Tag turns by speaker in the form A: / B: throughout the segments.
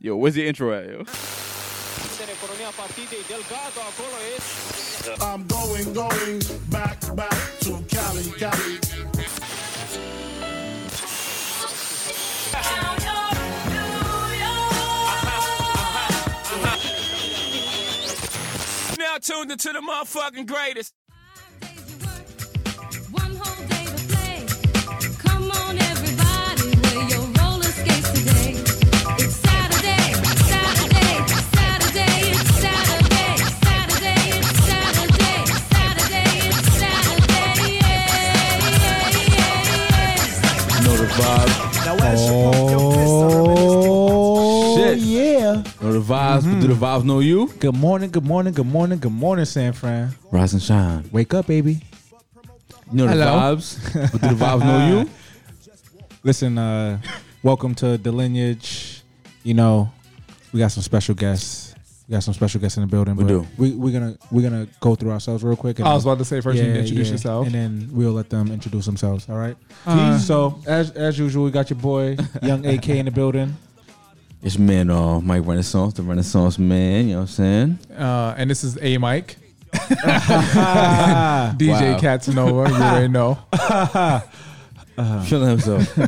A: Yo, where's the intro at, yo?
B: În economia partidei, Delgado acolo e.
C: I'm going, going back, back to Cali, Cali.
D: Now tuned into the motherfucking greatest.
A: Know the vibe.
E: Oh,
A: Shit.
E: yeah.
A: Know the vibes, but do the vibes know you?
E: Good morning, good morning, good morning, good morning, San Fran.
A: Rise and shine.
E: Wake up, baby.
A: You know the
E: Hello.
A: vibes, but do the vibes know you?
E: Listen, uh, welcome to the lineage. You know, we got some special guests. We got some special guests in the building. We
A: do.
E: We, we're gonna we're gonna go through ourselves real quick. and-
F: I was about to say first you need
E: Yeah,
F: to introduce
E: yeah.
F: yourself.
E: and then we'll let them introduce themselves. All right.
F: Uh,
E: so as as usual, we got your boy Young AK in the building.
A: It's your man, uh, Mike Renaissance, the Renaissance man, you know what I'm saying?
F: Uh, and this is A Mike,
E: Ah,
F: DJ
A: Wow.
F: Catanova. You already know.
A: Killing himself.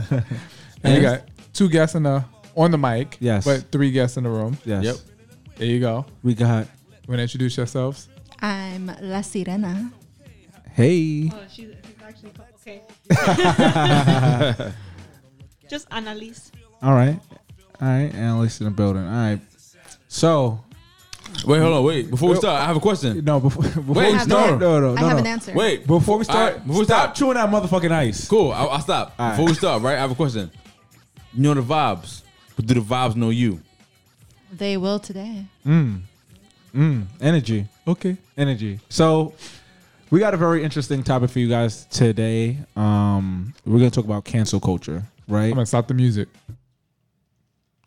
F: And we got two guests in the on the mic.
E: Yes.
F: But three guests in the room.
E: yes.
A: Yep.
F: There you go.
E: We got
F: Want to introduce yourselves?
G: I'm La Sirena.
E: hey.
H: Oh, she's, she's actually called, okay. Just Annalise.
E: All right. All right. Analyst in the building. All right. So
A: Wait, hold on, wait. Before we start, I have a question.
E: no before, before
A: Wait,
E: we
A: have
E: start,
A: an-
E: no no no
G: I have
E: no.
G: an answer.
A: Wait,
E: Before we start,
A: All right, before we
E: stop
A: start.
E: chewing that motherfucking ice.
A: cool, I'll, I'll stop.
E: All right.
A: Before we start, right, I have a question. You know the vibes, but do the vibes know you?
G: They will today.
E: Energy.
F: Okay.
E: energy. So we got a very interesting topic for you guys today. Um, we're gonna talk about cancel culture, right?
F: I'm gonna stop the music.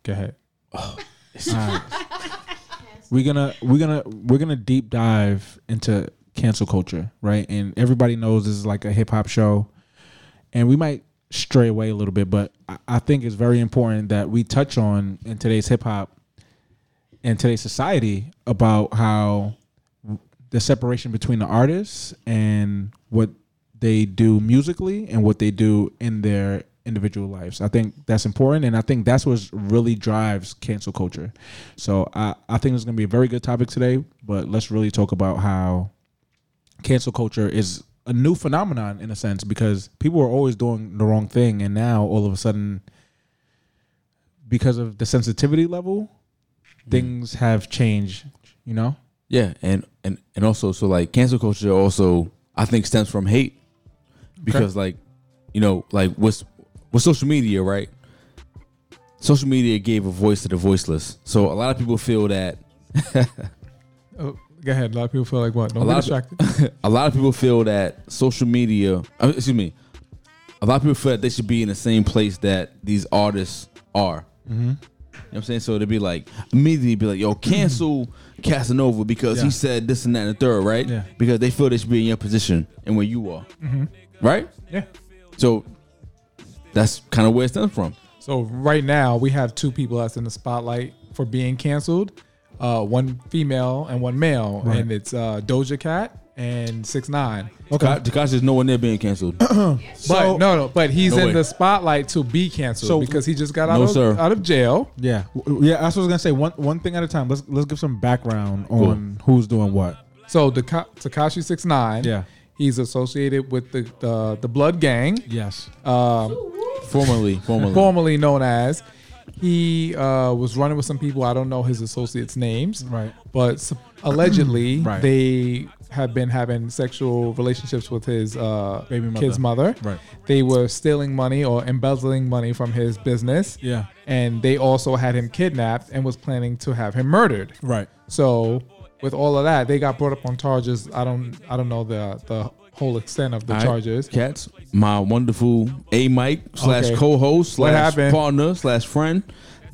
F: Go ahead.
E: Oh, We're gonna we're gonna we're gonna deep dive into cancel culture, right? And everybody knows this is like a hip hop show, and we might stray away a little bit, but I, I think it's very important that we touch on in today's hip hop and today's society about how the separation between the artists and what they do musically and what they do in their individual lives. I think that's important and I think that's what really drives cancel culture. So I, I think it's gonna be a very good topic today, but let's really talk about how cancel culture is a new phenomenon in a sense because people are always doing the wrong thing and now all of a sudden because of the sensitivity level, things have changed, you know?
A: Yeah, and and and also so like cancel culture also I think stems from hate because like you know like what's with social media right? Social media gave a voice to the voiceless, so a lot of people feel that
F: Oh, go ahead. A lot of people feel like what? Don't
A: A
F: be
A: lot of-
F: distracted.
A: a lot of people feel that social media uh, excuse me a lot of people feel that they should be in the same place that these artists are mm-hmm. you know what i'm saying so it'd be like immediately be like yo cancel casanova because he
E: Yeah.
A: said this and that and the third right
E: Yeah.
A: because they feel they should be in your position and where you are right
F: yeah.
A: so that's kind of where it stems from
F: So right now we have two people that's in the spotlight for being canceled. Uh, one female and one male,
E: Right.
F: and it's uh, Doja Cat and Six Nine.
A: okay Takashi is nowhere near being canceled
F: But no, no, but he's
A: No
F: in
A: way.
F: the spotlight to be canceled
E: So-
F: because he just got
A: No,
F: out,
A: sir.
F: of, out of jail.
E: Yeah, W- yeah. That's what I was gonna say. One one thing at a time. Let's let's give some background on who's doing what.
F: So Takashi Six Nine,
E: Yeah.
F: he's associated with the the, the Blood Gang,
E: Yes.
F: um,
A: formerly formerly
F: formerly known as. He uh, was running with some people. I don't know his associates' names,
E: Right.
F: But s- allegedly,
E: Right.
F: they have been having sexual relationships with his uh,
E: Baby mother.
F: kid's mother.
E: Right.
F: They were stealing money or embezzling money from his business.
E: Yeah.
F: and they also had him kidnapped and was planning to have him murdered.
E: Right.
F: So with all of that, they got brought up on charges. I don't I don't know the the whole extent of the
A: All right,
F: charges.
A: Cats, my wonderful A Mike slash
F: Okay.
A: co host
F: What
A: slash
F: happened?
A: partner slash friend.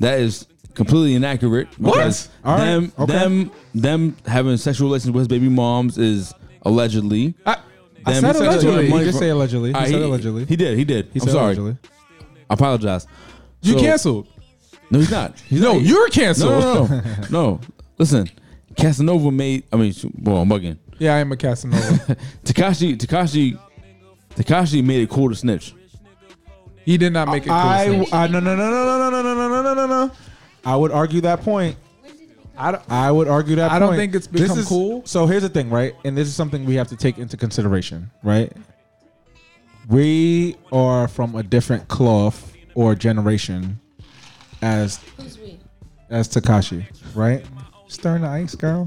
A: That is completely inaccurate. What?
E: All right,
A: Them,
E: okay.
A: them, them having sexual relations with his baby moms is allegedly.
F: I, I
A: Them
F: said
A: sexual
F: allegedly.
A: money
E: He just
A: from-
E: say allegedly. He
A: All right,
E: said allegedly.
A: He did. He did.
E: He
A: I'm
E: said
A: sorry.
E: allegedly.
A: I apologize.
F: You
A: So-
F: canceled.
A: No, he's not. He's
F: No,
A: not.
F: you're canceled.
A: No, no, no, no. No. Listen, Casanova made. I mean, well, I'm bugging.
F: Yeah, I am a Casanova.
A: Takashi, Takashi, Takashi made it cool to snitch.
F: he did not make it.
E: I,
F: cool.
E: I no no no no no no no no no no no no. I would argue that point. I, don't- I would argue that.
F: I don't
E: point.
F: think it's
E: This
F: become
E: is-
F: cool.
E: So here's the thing, right? And this is something we have to take into consideration, right? We are from a different cloth or generation as
I: Who's we?
E: as Takashi, right? Stirring the ice, girl.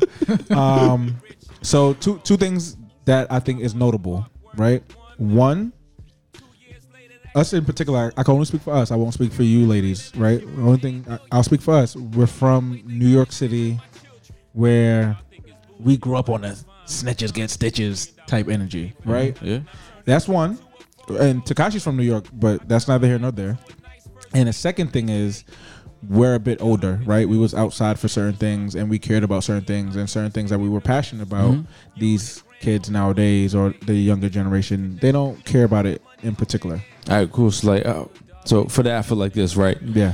E: um, so two two things that I think is notable, right? One, us in particular, I can only speak for us. I won't speak for you, ladies, right? The only thing I- I'll speak for us. We're from New York City, where we grew up on a snitches get stitches type energy, right?
A: Yeah.
E: That's one. And Takashi's from New York, but that's neither here nor there. And the second thing is we're a bit older, right? We was outside for certain things and we cared about certain things and certain things that we were passionate about. These kids nowadays or the younger generation, they don't care about it in particular.
A: All right, cool. So like, uh, so for that, I feel like this, right?
E: Yeah.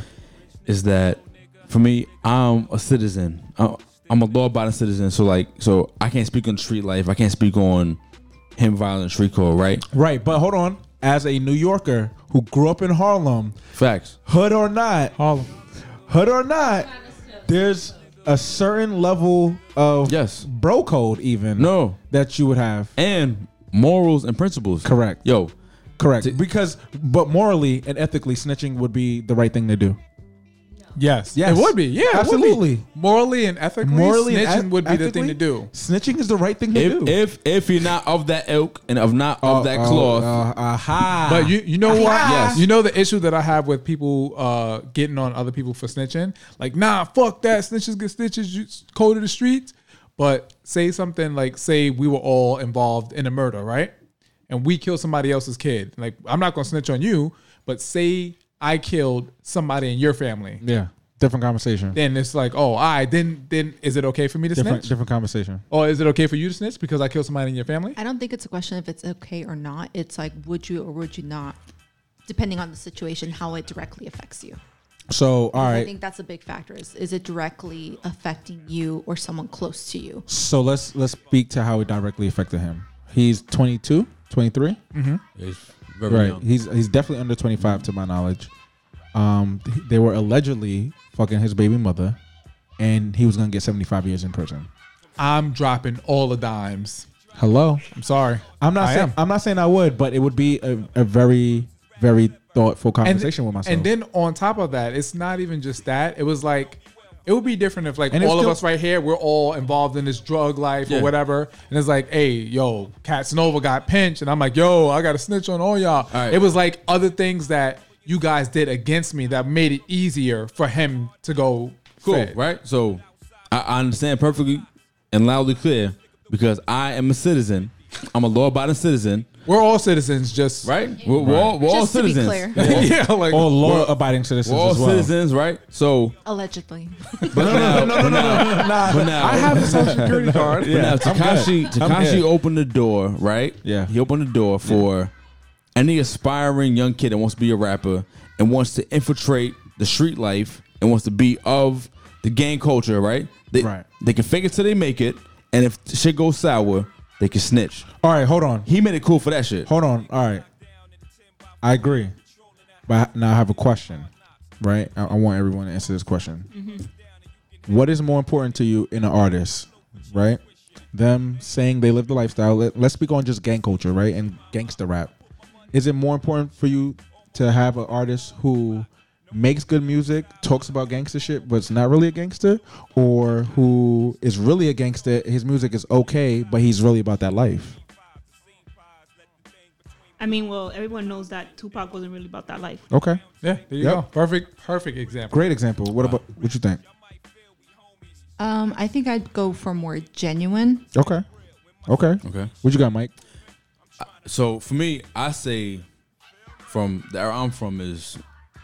A: Is that for me? I'm a citizen. I- I'm a law-abiding citizen. So like, so I can't speak on street life. I can't speak on him violent street code, right?
E: Right, but hold on. As a New Yorker who grew up in Harlem,
A: Facts.
E: hood or not,
F: Harlem.
E: hood or not, there's a certain level of
A: Yes.
E: bro code even
A: No.
E: that you would have.
A: And morals and principles.
E: Correct.
A: Yo,
E: Correct.
A: T-
E: because, but morally and ethically, snitching would be the right thing to do.
F: Yes.
E: Yes.
F: It would be. Yeah. it would be.
E: Absolutely.
F: Morally and ethically,
E: Morally,
F: snitching
E: and eth-
F: would be the thing
E: ethically,
F: to do.
E: Snitching is the right thing to
A: if
E: do. Oh, Uh,
A: if if you're not of that ilk and of not of that cloth,
E: aha.
F: But you, you know what?
E: Yes.
F: You know the issue that I have with people uh, getting on other people for snitching. Like, nah, fuck that. Snitches get stitches. You code of the streets. But say something like, say we were all involved in a murder, right? And we killed somebody else's kid. Like, I'm not gonna snitch on you, but say I killed somebody in your family.
E: yeah, different conversation.
F: Then it's like, oh, I then then is it okay for me to
E: Different,
F: snitch?
E: different conversation.
F: Or is it okay for you to snitch because I killed somebody in your family?
G: I don't think it's a question if it's okay or not. It's like, would you or would you not, depending on the situation, how it directly affects you.
E: So, all
G: I
E: right.
G: think that's a big factor. Is is it directly affecting you or someone close to you?
E: So let's let's speak to how it directly affected him. He's 22, 23.
A: it's very
E: Right.
A: young.
E: He's he's definitely under 25 to my knowledge. Um, th- they were allegedly fucking his baby mother, and he was gonna get 75 years in prison.
F: I'm dropping all the dimes.
E: Hello.
F: I'm sorry.
E: I'm not
F: I
E: saying
F: am.
E: I'm not saying I would, but it would be a, a very very thoughtful conversation with myself.
F: And then on top of that, it's not even just that. It was like it would be different if like
E: And it's
F: all
E: still-
F: of us right here, we're all involved in this drug life
A: Yeah.
F: or whatever. And it's like, hey, yo, Casanova got pinched, and I'm like, yo, I got to snitch on all y'all. all
A: right.
F: It was like other things that you guys did against me that made it easier for him to go
A: cool,
F: fed.
A: right? So I, I understand perfectly and loudly clear because I am a citizen. I'm a law-abiding citizen,
F: We're all citizens, just
A: right? We're, we're all, we're all
G: Just to be
A: citizens.
G: clear.
A: We're all,
F: yeah, like
E: all law abiding
A: we're
E: citizens
A: all
E: as well.
A: citizens, right? So,
G: Allegedly.
A: but now, but now, but now,
F: I have a social security card.
A: but now Takashi, Takashi
E: good.
A: opened the door, right?
E: Yeah.
A: he opened the door for any aspiring young kid that wants to be a rapper and wants to infiltrate the street life and wants to be of the gang culture, right? They,
E: Right.
A: They can fake it till they make it, and if shit goes sour, they can snitch.
E: All right, hold on,
A: He made it cool for that shit.
E: hold on. All right, I agree, but now I have a question. Right, I, I want everyone to answer this question. What is more important to you in an artist? Right, them saying they live the lifestyle. Let, let's speak on just gang culture, right, and gangster rap. Is it more important for you to have an artist who makes good music, talks about gangster shit, but it's not really a gangster, or who is really a gangster? His music is okay, but he's really about that life.
H: I mean, well, everyone knows that Tupac wasn't really about that life.
E: Okay.
F: Yeah, there you
E: Yep.
F: go. Perfect, perfect example.
E: Great example. What about what you think?
G: Um, I think I'd go for more genuine.
E: Okay. Okay.
A: Okay.
E: What you got, Mike?
A: So for me, I say from where I'm from is,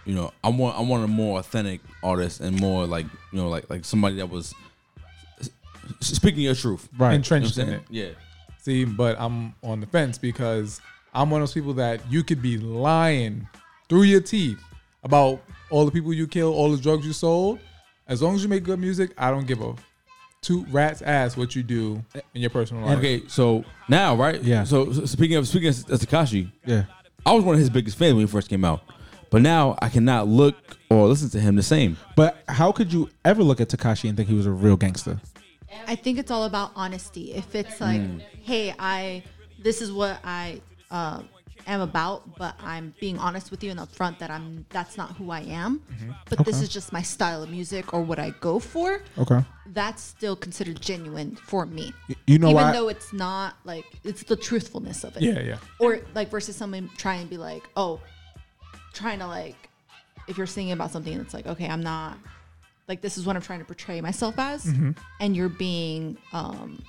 A: you know, I want I want a more authentic artist and more like you know like like somebody that was s- s- speaking your truth. You know
E: Right.
A: what I'm
F: Entrenched in
A: saying?
F: it.
A: Yeah.
F: See, but I'm on the fence because I'm one of those people that you could be lying through your teeth about all the people you killed, all the drugs you sold. As long as you make good music, I don't give a two rats ass what you do in your personal life.
A: Okay, so now, right?
E: Yeah.
A: So, so speaking of speaking of Takashi,
E: Yeah.
A: I was one of his biggest fans when he first came out, but now I cannot look or listen to him the same.
E: But how could you ever look at Takashi and think he was a real gangster?
G: I think it's all about honesty. If it's like,
E: Hmm.
G: hey, I this is what I uh, am about, but I'm being honest with you and upfront that I'm that's not who I am,
E: Mm-hmm.
G: but this is just my style of music or what I go for.
E: Okay.
G: That's still considered genuine for me.
E: You know
G: even
E: why-
G: though it's not like it's the truthfulness of it.
F: Yeah, yeah.
G: Or like versus someone trying to be like, oh, trying to like, if you're singing about something, and it's like, okay, I'm not like this is what I'm trying to portray myself as,
E: Mm-hmm.
G: and you're being um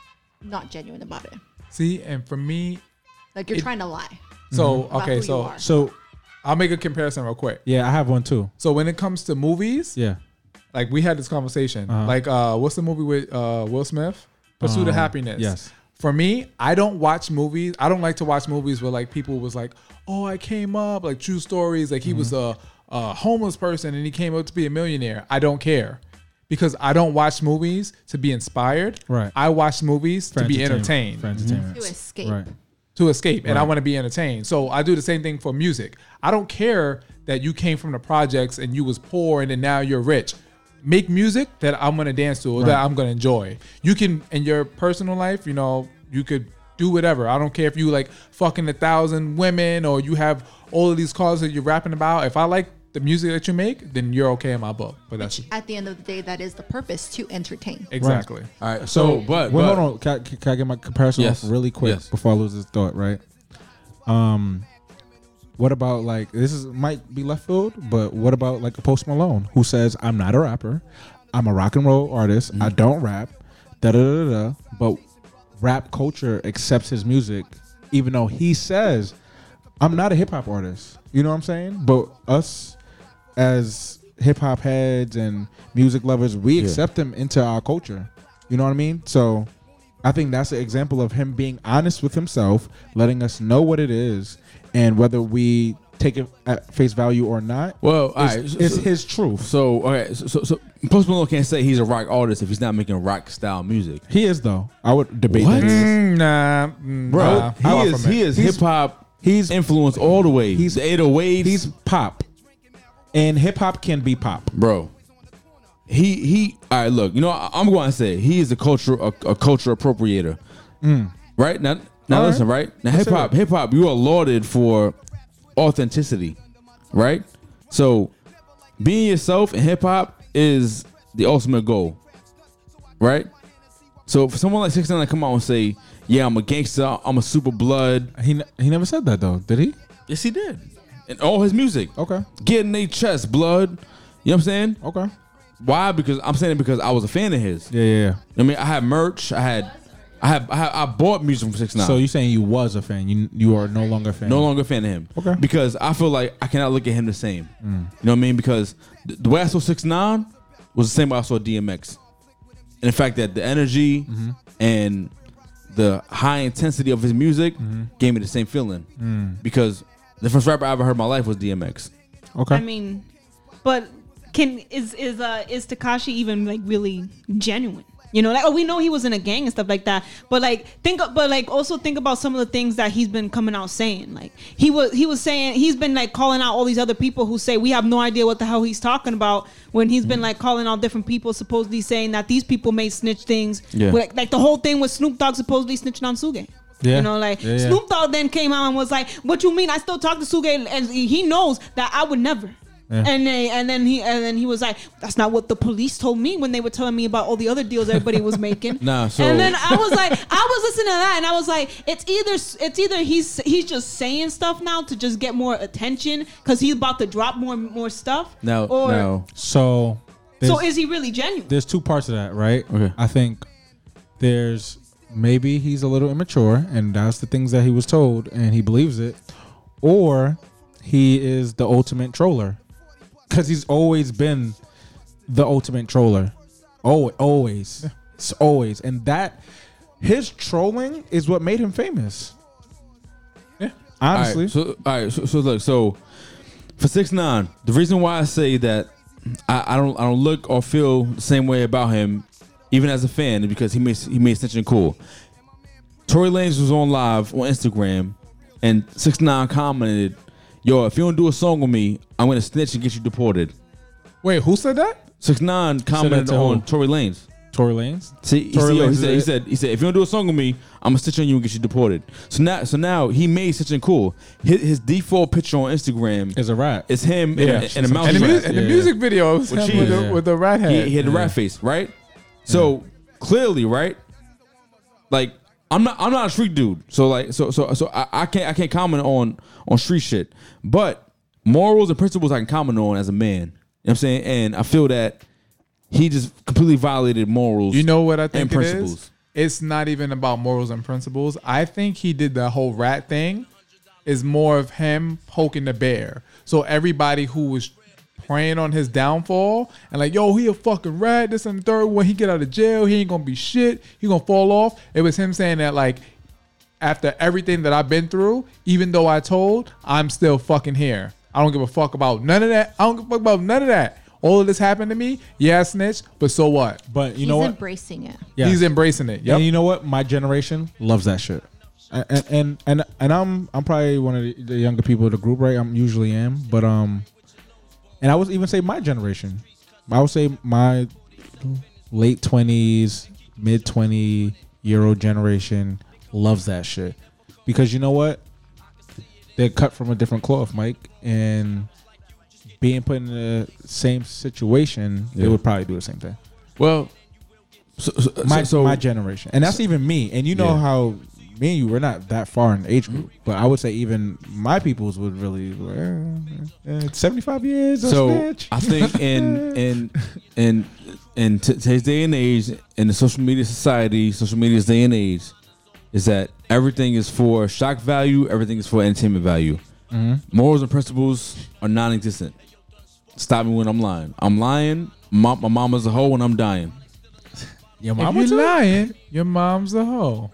G: not genuine about it.
F: See, and for me,
G: Like you're
F: It-
G: trying to lie.
F: so
G: About who
F: okay,
G: you
F: so
G: are.
E: So
F: I'll make a comparison real quick.
E: yeah, I have one too.
F: So when it comes to movies,
E: Yeah.
F: like we had this conversation.
E: Uh-huh.
F: Like, uh, what's the movie with uh, Will Smith? Pursuit
E: Um,
F: of Happiness.
E: yes.
F: For me, I don't watch movies. I don't like to watch movies where like people was like, "Oh, I came up like true stories. Like he was
E: Mm-hmm.
F: a, a homeless person and he came up to be a millionaire." I don't care because I don't watch movies to be inspired.
E: Right.
F: I watch movies
E: For
F: to be
E: entertainment-
F: entertained
E: For entertainment.
G: To escape.
E: Right.
F: to escape and I want to be entertained. So I do the same thing for music. I don't care that you came from the projects and you was poor and then now you're rich. Make music that I'm gonna dance to or that I'm gonna enjoy. You can in your personal life, you know, you could do whatever. I don't care if you like fucking a thousand women or you have all of these cars that you're rapping about. If I like the music that you make, then you're okay in my book. But that's
G: At the end of the day, that is the purpose to entertain.
F: exactly.
A: All right. So, but,
E: Well,
A: but
E: hold on. Can I, can I get my comparison
A: Yes.
E: off really quick
A: Yes.
E: before I lose this thought? Right. Um, what about like this is might be left field, but what about like a Post Malone who says I'm not a rapper, I'm a rock and roll artist, I
A: Mm.
E: don't rap, da da da da. da," But rap culture accepts his music, even though he says I'm not a hip hop artist. You know what I'm saying? But us as hip hop heads and music lovers, we accept him into our culture. You know what I mean? So I think that's an example of him being honest with himself, letting us know what it is, and whether we take it at face value or not.
A: well, all right.
E: it's,
A: so-
E: it's
A: so-
E: his truth.
A: So, all right. So, so, so Post Malone can't say he's a rock artist if he's not making rock style music.
E: He is though. I would debate
A: What?
E: that.
F: Mm, nah, mm, nah,
A: Bro,
F: far
A: he is
F: from it.
A: he is
E: He's-
A: hip hop.
E: He's
A: influence all the way. He's
E: He's-
A: the 808s.
E: he's pop, and hip hop can be pop.
A: bro. He he. All right, look. You know, I, am going to say he is a cultural a, a culture appropriator. Right now, now
E: Mm. All right.
A: listen. Right now, hip
E: Consider
A: hop,
E: it.
A: hip hop. You are lauded for authenticity, right? So, being yourself in hip hop is the ultimate goal, right? So, for someone like Six Nine to come out and say, "Yeah, I'm a gangster. I'm a super blood,"
E: He n- he never said that though, did he?
A: yes, he did, in all his music.
E: Okay.
A: Get in their chest, blood. You know what I'm saying?
E: Okay.
A: Why? Because I'm saying it because I was a fan of his.
E: Yeah, yeah. yeah.
A: I mean, I had merch. I had, I had, I, had, I bought music from Six Nine.
E: So
A: So
E: you saying you was a fan? You you are no longer a fan.
A: no longer a fan of him.
E: Okay. Mm.
A: Because I feel like I cannot look at him the same. You know what I mean? Because th- the way I saw Six Nine was the same way I saw DMX, and the fact that the energy
E: Mm-hmm.
A: and the high intensity of his music
E: Mm-hmm.
A: gave me the same feeling.
E: Mm.
A: Because the first rapper I ever heard in my life was DMX.
E: Okay.
H: I mean, but can is is uh is Takashi even like really genuine? You know, like oh, we know he was in a gang and stuff like that, but like think, but like also think about some of the things that he's been coming out saying. Like he was, he was saying he's been like calling out all these other people who say we have no idea what the hell he's talking about. When he's
E: Mm.
H: been like calling out different people, supposedly saying that these people may snitch things.
A: Yeah.
H: Like, like the whole thing with Snoop Dogg supposedly snitching on Suge.
E: Yeah.
H: You know, like
E: Yeah, yeah.
H: Snoop Snoop Dogg then came out and was like, "What you mean? I still talk to Suge, and he knows that I would never." And then, and then he and then he was like, "That's not what the police told me when they were telling me about all the other deals everybody was making."
A: Nah, so-
H: and then I was like, I was listening to that, and I was like, "It's either it's either he's he's just saying stuff now to just get more attention because he's about to drop more more stuff."
A: Now,
H: or
A: now,
E: so there's,
H: so is he really genuine?
E: there's two parts of that, right?
A: Okay.
E: I think there's maybe he's a little immature, and that's the things that he was told, and he believes it, or he is the ultimate troller, because he's always been the ultimate troller. Oh, always, it's always, and that his trolling is what made him famous. Yeah, honestly.
A: All right, so all right, so, so look, so for six nine, the reason why I say that I, I don't I don't look or feel the same way about him, even as a fan, is because he made he made Ascension cool. Tory Lanez was on live on Instagram, and six nine commented, "Yo, if you don't do a song with me, I'm gonna snitch and get you deported."
F: Wait, who said that?
A: Six nine commented
E: to who?
A: on Tory Lanez.
E: Tory Lanez.
A: See, he,
E: Tory
A: see, yo,
E: Lanez
A: he
E: is
A: said, he
E: it.
A: said, he said, if you don't do a song with me, I'm gonna stitch on you and get you deported. So now, so now he made Stitching cool. His, his default picture on Instagram is,
E: Is a rap.
A: him
E: Yeah.
A: and, and a mouse.
F: And the,
A: trap.
F: mu- and the
E: Yeah.
F: music video was him
A: With
F: with,
E: cheese.
F: the, with the rat
A: he,
F: head.
A: he had the rat face, right? So clearly, right? Like I'm not I'm not a street dude. So like so so so I, I can't I can't comment on on street shit. But morals and principles I can comment on as a man. You know what I'm saying? And I feel that he just completely violated morals.
F: You know what I think
A: and
F: it is?
A: principles.
F: It's not even about morals and principles. I think he did the whole rat thing is more of him poking the bear. So everybody who was preying on his downfall and like, yo, he a fucking rat. This and the third when he get out of jail, he ain't gonna be shit. He gonna fall off. It was him saying that like after everything that I've been through, even though I told, I'm still fucking here. I don't give a fuck about none of that. I don't give a fuck about none of that. All of this happened to me. Yeah, I snitched, but so what?
E: But you
G: He's
E: know what?
G: embracing it.
E: Yeah.
F: He's embracing it. Yep.
E: And you know what? My generation loves that shit. And and and, and I'm I'm probably one of the, the younger people of the group, right? I'm usually am, but um, and I would even say my generation. I would say my late twenties, mid twenty year old generation loves that shit because you know what? They're cut from a different cloth, Mike, and being put in the same situation, they
A: Yeah.
E: would probably do the same thing
A: Well, so, so, uh,
E: my,
A: so-
E: my generation, and that's even me. And you know
A: Yeah. Mm-hmm.
E: how me and you we're not that far in age group, but I would say even my peoples would really be like, eh, eh, eh, seventy-five years. So
A: so I think in in in in t- today's day and age, in the social media society, social media's day and age, is that everything is for shock value, everything is for entertainment value.
E: Mm-hmm.
A: Morals and principles are non-existent. Stop me when I'm lying. I'm lying. My, my mama's a hoe and I'm dying.
E: your
F: If
E: mama
F: you're
E: too?
F: lying, your mom's a hoe.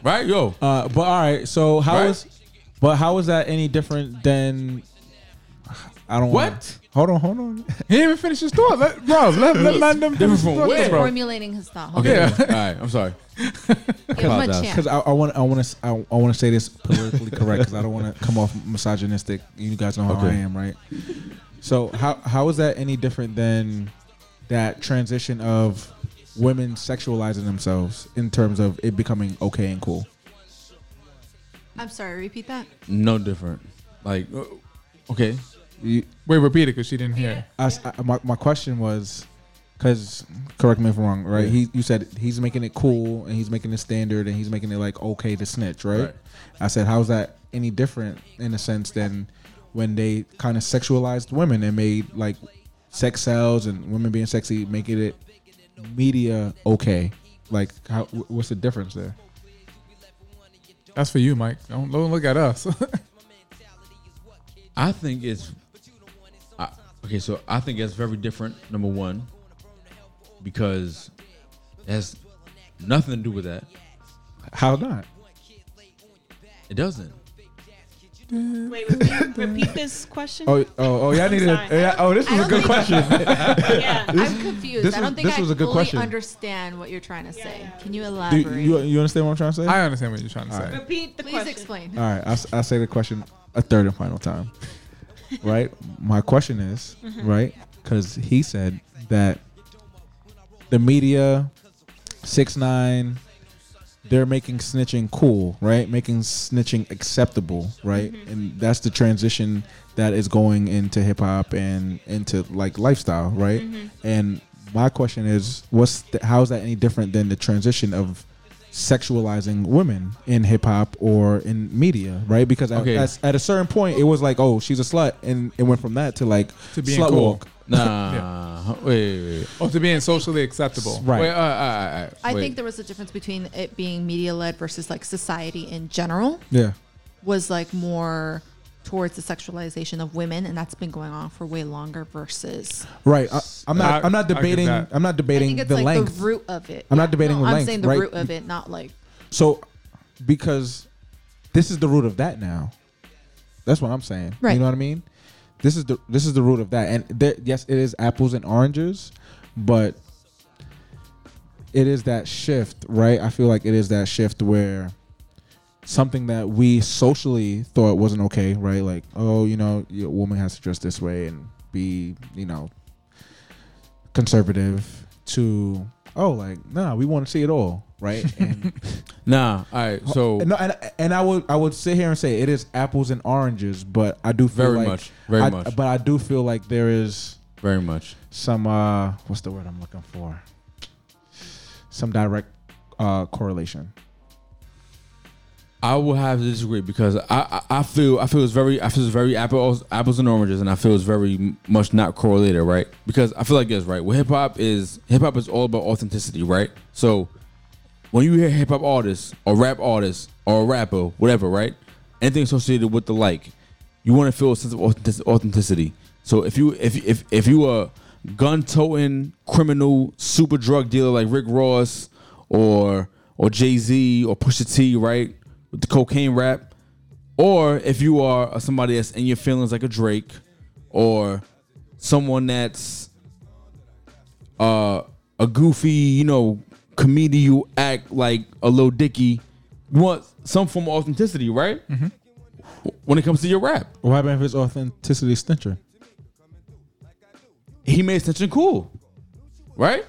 A: Right, yo.
E: Uh, but all right, so how
A: Right?
E: is? But how is that any different than? I don't wanna-
A: What?
E: Hold on, hold on.
F: He didn't even finish his thought. Let, bro, let, let London finish
A: from
F: his thought,
A: where?
F: bro.
G: Formulating his thought.
A: Okay.
F: Yeah.
A: All right. I'm sorry.
G: Give him a
A: Apologize.
G: chance.
E: Because I, I want I want to I, I want to say this politically correct because I don't want to come off misogynistic. You guys know how I
A: Okay.
E: am, right? So how how is that any different than that transition of women sexualizing themselves in terms of it becoming okay and cool?
G: I'm sorry. Repeat that.
A: No different. Like, uh, okay.
E: You,
F: Wait, repeat it because she didn't hear.
E: I s- I- my my question was because correct me if I'm wrong, right? He you said he's making it cool and he's making it standard and he's making it like okay to snitch, right?
A: Right.
E: I said how's that any different in a sense than when they kind of sexualized women and made like sex cells and women being sexy making it media okay? Like how wh- what's the difference there?
F: That's for you, Mike. Don't, don't look at us.
A: I think it's I, okay. So I think that's very different. Number one, because it has nothing to do with that.
E: How not?
A: It doesn't.
H: Wait, repeat, repeat this question.
E: Oh oh oh yeah, I needed.
H: Sorry.
E: yeah, oh this
G: I
E: was a
G: don't
E: good
G: think-
E: question.
H: yeah.
G: I'm confused.
E: this
G: I
E: was-
G: don't think
E: this
G: I
E: was a good
G: fully
E: question.
G: understand what you're trying to say.
H: yeah.
G: Can you
E: Do
G: elaborate?
E: you, you you understand what I'm trying to say?
F: I understand what you're trying to say.
H: Repeat the
G: Please
H: question.
G: explain.
E: All right, I'll, s- I'll say the question a third and final time. right? My question is, right? Because he said that the media, 6 9 they're making snitching cool, right? Making snitching acceptable, right?
G: Mm-hmm.
E: And that's the transition that is going into hip hop and into like lifestyle, right?
G: Mm-hmm.
E: And my question is, what's the, how is that any different than the transition of sexualizing women in hip hop or in media, right? Because at-
A: Okay.
E: at, at a certain point, it was like, oh, she's a slut, and it went from that to like
F: To being
E: slut
F: cool.
E: walk.
A: Nah. Wait, wait, wait.
F: Oh, to being socially acceptable.
E: Right.
A: Wait, uh, uh, uh,
G: I
A: wait.
G: think there was a difference between it being media led versus like society in general
E: Yeah,
G: was like more towards the sexualization of women, and that's been going on for way longer. Versus,
E: right. I, I'm not.
F: I-
E: I, am
F: I
E: not
F: get
E: debating.
F: that.
E: I'm not
G: I
E: debating
G: think it's
E: the
G: like
E: length.
G: the root of it.
E: I'm not debating
G: no,
E: the
G: I'm
E: length,
G: saying the
E: right?
G: root of it, not like
E: So, because this is the root of that now. That's what I'm saying.
G: Right.
E: You know what I mean? This is the this is the root of that. And there, yes, it is apples and oranges, but it is that shift, right? I feel like it is that shift where something that we socially thought wasn't okay, right? Like, oh, you know, your woman has to dress this way and be, you know, conservative to oh, like, nah, we want to see it all, right? And
A: Nah. All right. So
E: no, and and I would I would sit here and say it is apples and oranges, but I do feel
A: Very
E: like-
A: much, very
E: I-
A: much.
E: But I do feel like there is
A: very much.
E: some uh, what's the word I'm looking for? Some direct uh, correlation.
A: I will have to disagree because I, I, I feel I feel it's very I feel it's very apples apples and oranges and I feel it's very m- much not correlated right because I feel like this right well hip hop is hip hop is all about authenticity right so when you hear hip hop artists or rap artists or a rapper whatever right anything associated with the like you want to feel a sense of authentic- authenticity so if you if if if you a gun toting criminal super drug dealer like Rick Ross or or Jay Z or Pusha T, right, with the cocaine rap, or if you are somebody that's in your feelings like a Drake, or someone that's uh, a goofy, you know, comedian you act like a little dicky, you want some form of authenticity, right? When it comes to your rap,
E: What happened if it's authenticity stencher?
A: he made attention cool, right?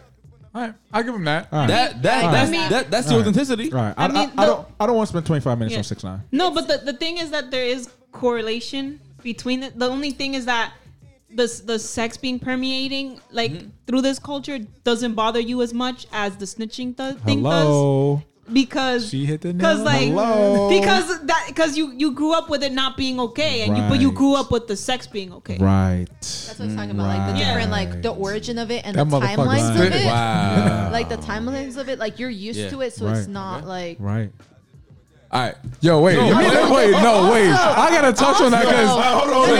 F: All right, I'll give him that.
E: Right.
A: That that
E: Right.
A: that's
H: I mean-
A: that, that's the
E: Right.
A: authenticity.
E: Right. I,
H: I mean,
E: I, I
H: the-
E: don't I don't want to spend 25 minutes
H: Yeah.
E: on six nine.
H: No, but the, the thing is that there is correlation between it. The only thing is that the s- the sex being permeating like
E: Mm-hmm.
H: through this culture doesn't bother you as much as the snitching th- thing does
E: Hello.
H: because
F: She hit the nail.
H: because like
E: Hello.
H: because that because you you grew up with it not being okay and you but you
E: Right.
H: grew up with the sex being okay.
E: Right.
G: That's what I'm talking about. Like the
E: Right.
G: different, like the origin of it and
F: That
G: the
F: motherfucker
G: timelines
F: spit
G: of
F: it.
G: it.
A: Wow.
G: Like the timelines of it. Like you're used
A: Yeah.
G: to it, so
E: Right.
G: it's not like.
E: Right.
A: All right.
F: Yo, wait,
A: No,
F: wait,
A: wait.
F: wait, no, wait. I gotta touch on that
G: Also-
F: because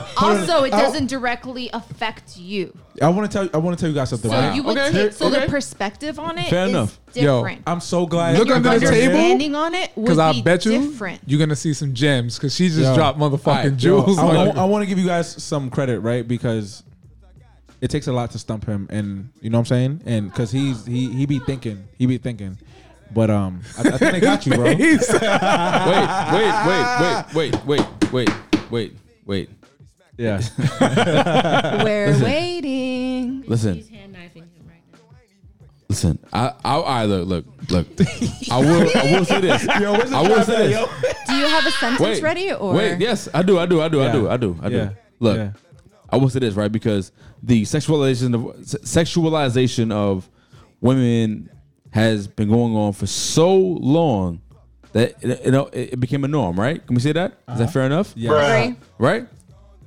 A: Hold on.
G: Also, it doesn't directly affect you.
E: I want to tell you, I want to tell you guys something.
G: So
E: right?
G: you would
F: Okay.
G: take so the
F: Okay.
G: perspective on it is
A: Fair enough.
F: Yo,
G: different.
E: I'm so glad.
F: Look
E: I'm
F: under
E: glad
F: the
E: you're
F: table.
E: here.
G: Standing on it would
F: because
G: be
F: I bet you
G: different.
F: you're gonna see some gems because she just
E: Yo.
F: dropped
A: All
F: motherfucking
A: right, yo,
F: jewels.
E: I,
F: on it.
E: want to give you guys some credit, right? Because it takes a lot to stump him, and you know what I'm saying, and because he's he he be thinking, he be thinking, but um, I, I think they got you, bro.
A: wait, wait, wait, wait, wait, wait, wait, wait.
E: Yeah,
G: We're waiting.
A: Listen,
I: He's hand knifing him right now.
A: listen. I, I, I look, look, look. I will, I will say this. I will say this.
G: Do you have a sentence
A: Wait,
G: ready or
A: wait. Yes, I do, I do, I do, I
E: Yeah.
A: do, I do, I do.
E: Yeah.
A: Look,
E: Yeah.
A: I will say this right because the sexualization of se- sexualization of women has been going on for so long that it, you know it, it became a norm. Right? Can we say that? Is
E: Uh-huh.
A: that fair enough? Yeah.
G: Right.
A: right?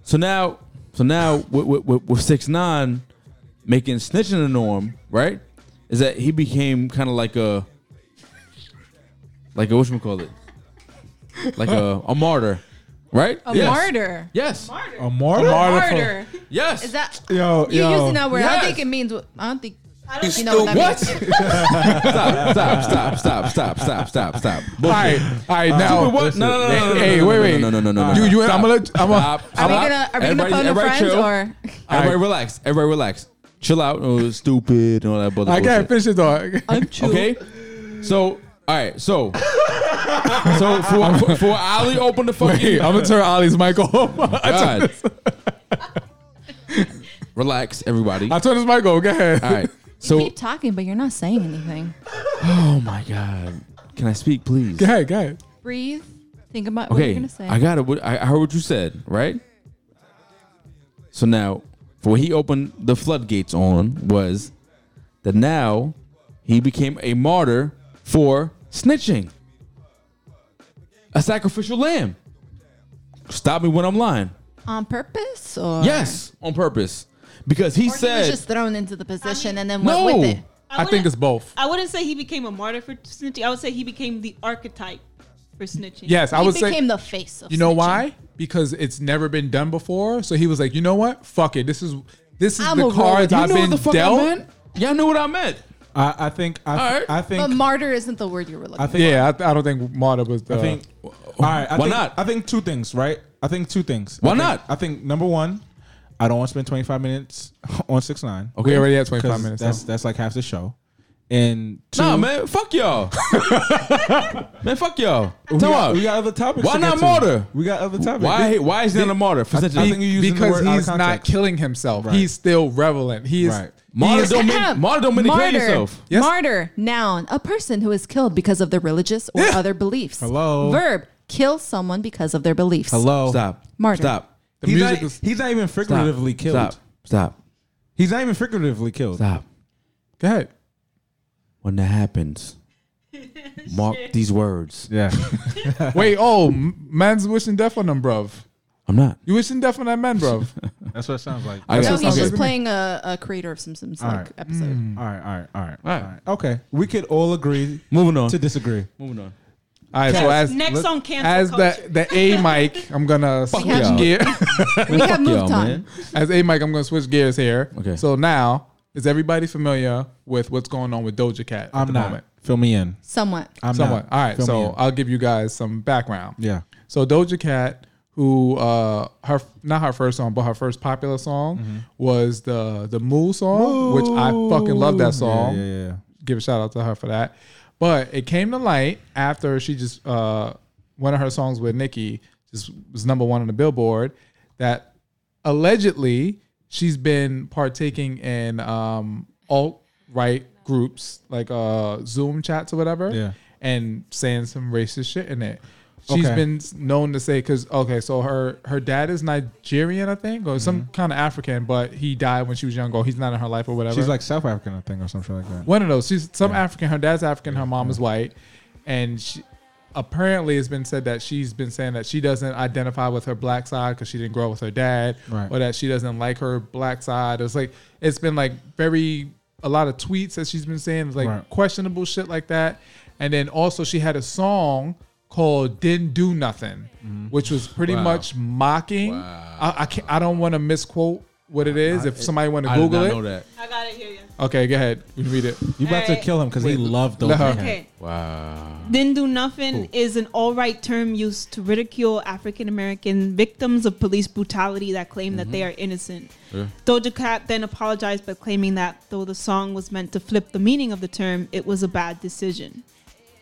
A: So now, so now with with, with, with six nine making snitching a norm, right? Is that he became kind of like a like a whatchamacallit? call it, like a a martyr, right?
G: A
A: Yes.
G: martyr.
A: Yes.
E: a martyr.
H: Harder.
A: Yes.
G: Is that
E: Yo,
G: you
E: yo.
G: using that word? I don't
A: Yes.
G: think it means. What, I don't think. I don't
D: You
G: think you know what that
A: what?
G: means.
A: stop! Stop! Stop! Stop! Stop! Stop! Stop! Stop! Uh,
F: all right, all right, now
A: Stupid what? No, no, no, no, no,
F: Hey,
A: no,
F: wait,
A: no,
F: wait.
A: no, no, no, no, no.
F: You, you, and I'm
A: Stop.
F: gonna, I'm gonna.
A: Stop.
G: Are we
A: Stop.
G: gonna are we gonna
A: Everybody-
G: phone a
A: everybody
G: friend
A: chill.
G: or
A: Everybody relax. Everybody relax. Chill out. Oh, stupid and all that.
F: I
A: bullshit.
F: can't finish it, dog.
G: I'm chill.
A: Okay. So, all right. So, so for, for, for Ali, open the fucking.
F: Hey, I'm gonna turn Ollie's mic off. I, turn,
A: God. Relax, everybody.
F: I
A: All
F: turn his mic off. Go ahead.
A: right. So,
G: Keep talking, but you're not saying anything.
A: oh my god, can I speak, please?
F: Go ahead. Go ahead.
G: Breathe. Think about what you're
A: Okay,
G: gonna say.
A: I got it. What- I I heard what you said, right? So now, for what he opened the floodgates on was that now he became a martyr for snitching, a sacrificial lamb. Stop me when I'm lying.
G: on purpose or
A: Yes, on purpose. Because he
G: Or he
A: said,
G: was just thrown into the position and then went
A: no.
G: with it.
F: I think
H: wouldn't-
F: it's both.
H: I wouldn't say he became a martyr for snitching. I would say he became the archetype for snitching.
F: Yes, I
G: he
F: would say.
G: became the face of
F: You know
G: snitching.
F: why? Because it's never been done before. So he was like, you know what? Fuck it. This is this is
G: I'm
F: the
G: a roll
F: cards
G: with it.
A: You
F: I've
A: know what
F: been
A: the fuck I
F: dealt.
A: meant? Y'all knew what I meant.
E: I, I think I,
F: All right.
E: I
G: But
E: think
G: martyr isn't the word you were looking
E: I
G: for.
E: think
F: Yeah, I, I don't think Marta was uh, the.
E: I think. all right. I
A: uh, why
E: think,
A: not?
E: I think two things. Right. I think two things.
A: Why
E: I think-
A: not?
E: I think number one, I don't want to spend twenty five minutes on six nine.
F: we already had 25
E: Because
F: minutes.
E: that's
F: so.
E: that's like half the show. And two,
A: Nah, man, fuck y'all. man, fuck y'all.
E: we,
A: Tell
E: got,
A: me.
E: we got other topics.
A: Why
E: to get
A: not
E: to.
A: martyr?
E: We got other topics.
A: Why? Why is he not a martyr? For such a-
E: I think you using the
F: because
E: word out of
F: he's not
E: context.
F: killing himself.
E: Right.
F: He's still relevant. He is.
E: Right.
F: he
A: martyr
F: is-
A: don't mean martyr don't mean to kill
G: Martyr.
A: yourself.
F: Yes.
G: Martyr, noun, a person who is killed because of their religious or other beliefs.
E: Hello.
G: Verb, kill someone because of their beliefs.
E: Hello.
A: Stop.
G: Martyr.
A: Stop.
F: The
E: He's
F: music
E: not,
F: is.
E: he's not even
A: Stop.
E: figuratively killed.
A: Stop. Stop.
E: He's not even figuratively killed.
A: Stop.
F: Go ahead.
A: When that happens, mark these words.
E: Yeah.
F: Wait, oh, m- man's wishing death on him, bruv.
A: I'm not.
F: You wishing death on that man, bruv.
E: that's what it sounds like.
A: I
G: No,
A: got
G: he's
A: okay.
G: just playing a, a creator of Simpsons like
E: Alright.
G: episode.
E: All right, Hmm. all right, all right,
A: right.
E: all right. Okay, we could all agree
A: Moving on.
E: to disagree.
A: Moving on.
F: All right, so
H: Yes,
F: as
H: next
F: let-
H: on cancel
F: as
H: culture.
F: the the A mic, I'm gonna switch
A: y'all.
F: gear.
G: We have
A: y'all,
G: moved on.
A: man.
F: as A mic, I'm gonna switch gears here.
A: Okay.
F: So now, is everybody familiar with what's going on with Doja Cat? At
E: I'm
F: the
E: not.
F: Moment?
E: Fill me in.
G: Somewhat.
E: I'm
F: Somewhat.
E: not.
F: All right.
E: Fill me
F: so
E: in.
F: I'll give you guys some background.
E: yeah,
F: So Doja Cat, who uh her not her first song, but her first popular song
E: Mm-hmm.
F: was the the Moo song, which I fucking love that song.
E: yeah, yeah, yeah.
F: Give a shout out to her for that. But it came to light after she just uh one of her songs with Nicki just was number one on the Billboard that allegedly she's been partaking in um alt right groups like uh Zoom chats or whatever
E: Yeah.
F: and saying some racist shit in it. She's
E: Okay.
F: been known to say because okay, so her her dad is Nigerian, I think, or
E: Mm-hmm.
F: some kind of African, but he died when she was young, or he's not in her life or whatever.
E: She's like South African, I think, or something like that.
F: one of those. She's some African. Her dad's African. Her mom is white, and she apparently it's been said that she's been saying that she doesn't identify with her black side because she didn't grow up with her dad,
E: Right.
F: or that she doesn't like her black side. It's like it's been like very a lot of tweets that she's been saying like
E: Right.
F: questionable shit like that, and then also she had a song called "Didn't Do Nothing,"
A: Mm-hmm.
F: which was pretty much mocking. I, I can't. I don't want to misquote. What it is, if somebody want to
A: I did
F: Google
A: not
F: it,
A: know that.
H: I got it here. Yeah.
F: okay, go ahead, you can read it.
E: You about to
H: Alright.
E: kill him because he loved
F: let
E: Doja
F: her-
E: Cat.
H: Okay.
A: Wow.
H: Didn't do nothing is an all right term used to ridicule African American victims of police brutality that claim that they are innocent. Doja Cat then apologized by claiming that though the song was meant to flip the meaning of the term, it was a bad decision.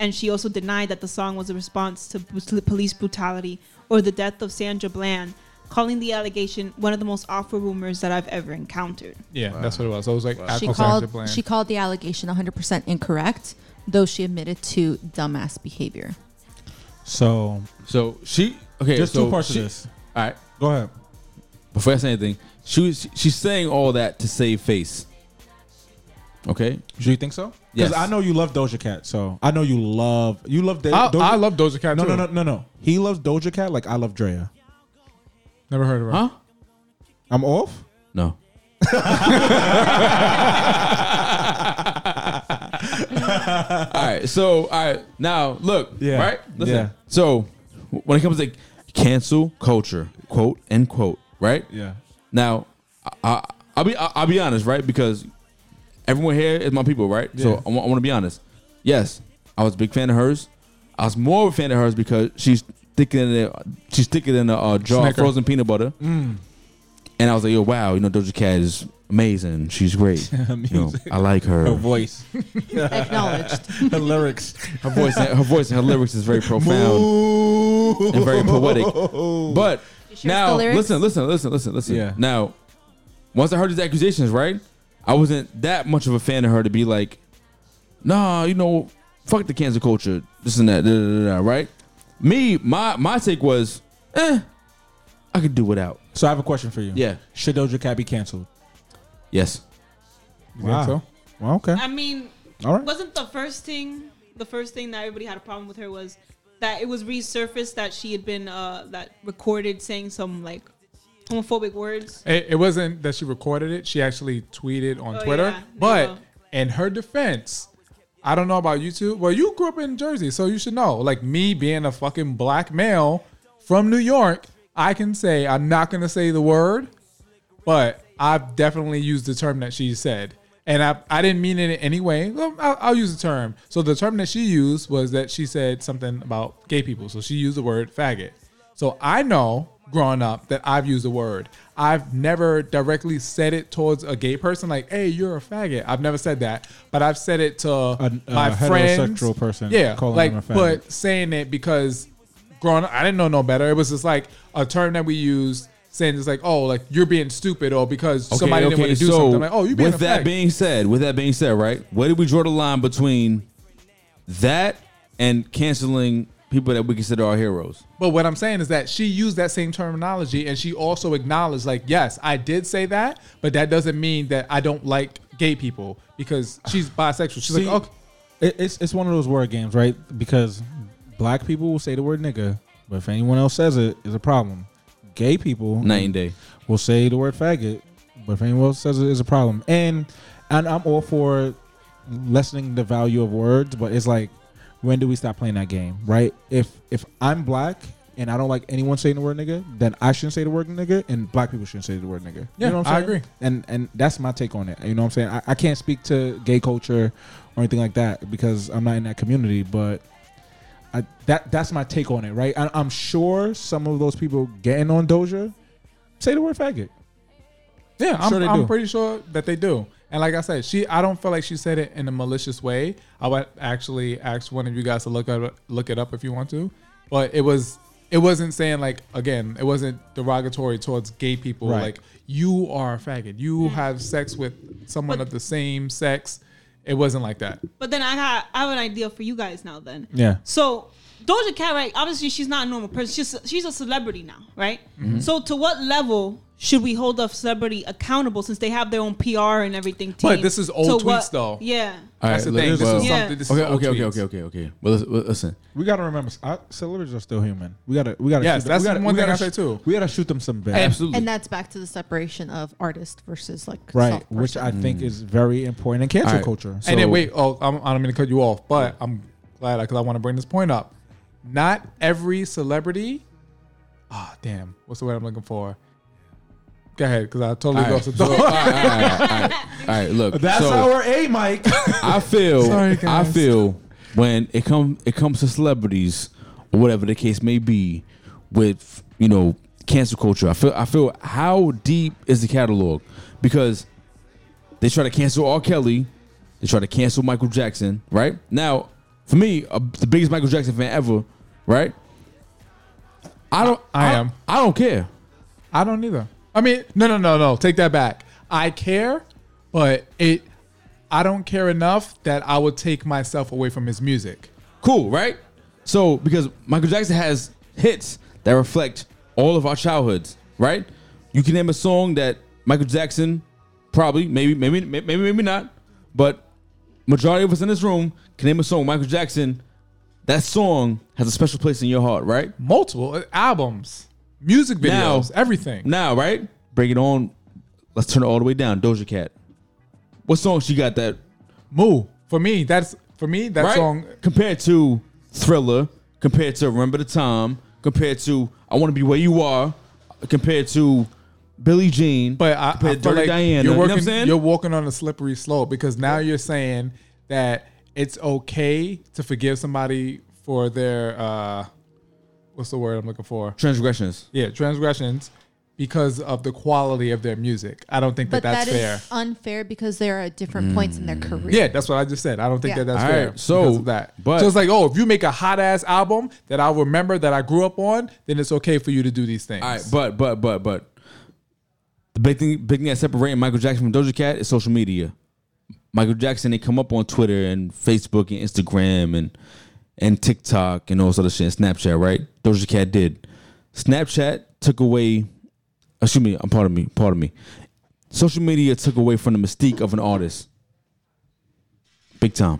H: And she also denied that the song was a response to bu- police brutality or the death of Sandra Bland, calling the allegation one of the most awful rumors that I've ever encountered.
F: Yeah, that's what it was. So it was like
G: She
F: actual Sandra
G: called
F: Bland.
G: she called the allegation 100% incorrect, though she admitted to dumbass behavior.
E: So
A: So she okay.
E: there's
A: so
E: two parts
A: she-
E: of this.
A: All right.
E: Go ahead.
A: Before I say anything, she was she's saying all that to save face. Okay.
E: Do you think so? Because
A: Yes.
E: I know you love Doja Cat, so I know you love you love. Do-
F: I,
E: Doja-
F: I love Doja Cat.
E: No,
F: too.
E: no, no, no, no. He loves Doja Cat like I love Drea.
F: Never heard of her.
A: Huh?
E: I'm off.
A: No. all right. So all right. Now look.
E: Yeah.
A: Right. Listen.
E: Yeah.
A: So when it comes to cancel culture, quote end quote, right?
E: Yeah.
A: Now, I, I, I'll be I, I'll be honest, right? Because everyone here is my people, right? So
E: Yeah.
A: I want to be honest. Yes, I was a big fan of hers. I was more of a fan of hers because she's thicker than the, she's thicker than a uh, jar of
F: Snicker.
A: frozen peanut butter. And I was like, yo, wow, you know, Doja Cat is amazing. She's great. You know, I like
E: Her
A: her.
E: voice,
G: Acknowledged.
E: her lyrics.
A: Her voice, and, her voice, and her lyrics is very profound and very poetic. But
G: sure it's
A: now,
G: the lyrics?
A: listen, listen, listen, listen, listen.
E: Yeah.
A: Now, once I heard these accusations, right, I wasn't that much of a fan of her to be like, nah, you know, fuck the cancer culture, this and that, da, da, da, da, right? Me, my my take was, eh, I could do without.
E: So I have a question for you.
A: Yeah.
E: Should Doja Cat be canceled?
A: Yes.
F: You think so?
E: Well, okay.
H: I mean,
E: All right.
H: wasn't the first thing the first thing that everybody had a problem with her was that it was resurfaced that she had been uh that recorded saying some like homophobic words
F: It, it wasn't that she recorded it. She actually tweeted on
H: Oh,
F: Twitter.
H: yeah.
F: But
H: No.
F: in her defense, I don't know about you two. Well, you grew up in Jersey, so you should know. Like me being a fucking black male from New York, I can say I'm not gonna say the word, but I've definitely used the term that she said. and I, I didn't mean it in any way. Well, I'll, I'll use the term. So the term that she used was that she said something about gay people. So she used the word faggot. So I know growing up that I've used the word. I've never directly said it towards a gay person, like, "Hey, you're a faggot." I've never said that, but I've said it to
E: a
F: my friends.
E: heterosexual person
F: Yeah,
E: calling
F: like,
E: them a faggot.
F: but saying it because growing up, I didn't know no better. It was just like a term that we used. Saying it's like, oh, like you're being stupid, or because somebody didn't want to do something. Like, oh, you being
A: with
F: a
A: that
F: faggot.
A: being said, with that being said, right? Where did we draw the line between that and canceling people that we consider our heroes?
F: But what I'm saying is that she used that same terminology and she also acknowledged, like, yes, I did say that, but that doesn't mean that I don't like gay people because she's bisexual. She's
E: See,
F: like, okay,
E: It, it's it's one of those word games, right? Because black people will say the word nigga, but if anyone else says it, it's a problem. Gay people
A: Night and day.
E: will say the word faggot, but if anyone else says it, it's a problem. And and I'm all for lessening the value of words, but it's like, when do we stop playing that game, right? If if I'm black and I don't like anyone saying the word nigga, then I shouldn't say the word nigga, and black people shouldn't say the word nigga.
F: Yeah, I agree.
E: And and that's my take on it. You know what I'm saying? I, I can't speak to gay culture or anything like that because I'm not in that community, but. I, that that's my take on it, right? I, I'm sure some of those people getting on Doja say the word faggot.
F: yeah, I'm,
E: Sure they
F: I'm
E: do.
F: pretty sure that they do. And like I said, she, I don't feel like she said it in a malicious way. I would actually ask one of you guys to look up, look it up if you want to, but it was, it wasn't saying like, again, it wasn't derogatory towards gay people.
E: Right.
F: Like you are a faggot, you have sex with someone
H: But-
F: of the same sex. It wasn't like that.
H: But then I got I have an idea for you guys now then.
E: Yeah.
H: So Doja Cat, right? Obviously, she's not a normal person. She's she's a celebrity now, right?
F: Mm-hmm.
H: So to what level should we hold a celebrity accountable since they have their own PR and everything? Team?
F: But this is old
H: To
F: tweets, though.
H: Yeah.
F: That's the thing. This
A: well-
F: is
H: Yeah.
F: something. This
A: okay,
F: is old
A: okay, okay,
F: tweets.
A: okay, okay, okay. Well, listen- well, listen.
E: We gotta remember, our celebrities are still human. We gotta, we gotta.
F: Yes,
E: shoot
F: that's
E: we gotta,
F: one
E: we
F: thing
E: gotta
F: I say
E: sh-
F: too.
E: We gotta shoot them some bad,
A: Absolutely.
G: And that's back to the separation of artist versus like
E: right?
G: self-person.
E: Which I think is very important in cancel
A: Alright.
E: culture.
F: and then wait, oh, I'm, I don't mean to cut you off, but I'm glad because I want to bring this point up. Not every celebrity. Ah, damn. What's the word I'm looking for? Go ahead, because I totally
A: All right.
F: lost the
A: So, all
F: thought.
A: right, all right, all right, all right, look.
E: that's
A: so,
E: our A, Mike.
A: I feel.
F: Sorry,
A: I
F: guys.
A: feel when it come it comes to celebrities or whatever the case may be, with you know cancel culture. I feel. I feel. How deep is the catalog? Because they try to cancel R. Kelly. They try to cancel Michael Jackson. Right now, for me, uh, the biggest Michael Jackson fan ever. Right. I don't.
F: I am.
A: I don't care.
F: I don't either. I mean, no, no, no, no. Take that back. I care, but it. I don't care enough that I would take myself away from his music.
A: Cool, right? So because Michael Jackson has hits that reflect all of our childhoods, right? You can name a song that Michael Jackson probably, maybe, maybe, may- maybe, maybe not, but majority of us in this room can name a song Michael Jackson. That song has a special place in your heart, right?
F: Multiple uh, albums, music
A: Now-
F: videos, everything.
A: Now, right? Bring it on. Let's turn it all the way down. Doja Cat. What song she got that
F: Moo. For me, that's for me that
A: right?
F: song.
A: compared to Thriller, compared to Remember the Time, compared to I Want to Be Where You Are, compared to Billie Jean,
F: But I, I
A: compared
F: feel
A: to Dirty
F: like
A: Diana.
F: you're
A: you know what
F: working,
A: I'm saying?
F: you're walking on a slippery slope because now you're saying that it's okay to forgive somebody for their uh, what's the word I'm looking for?
A: Transgressions.
F: Yeah, transgressions because of the quality of their music. I don't think
G: but
F: that that's
G: that is
F: fair. Mm.
G: unfair because they're at different points in their career.
F: Yeah, that's what I just said. I don't think
G: Yeah.
F: that that's
A: All
F: fair.
A: right, so-
F: because of that,
A: but-
F: so it's like, oh, if you make a hot ass album that I remember that I grew up on, then it's okay for you to do these things.
A: All right, but but but but the big thing, big thing that separating Michael Jackson from Doja Cat is social media. Michael Jackson, they come up on Twitter and Facebook and Instagram and and TikTok and all sort of shit. And Snapchat, right? Doja Cat did. Snapchat took away. Excuse me. I'm pardon me. Pardon me. Social media took away from the mystique of an artist. Big time.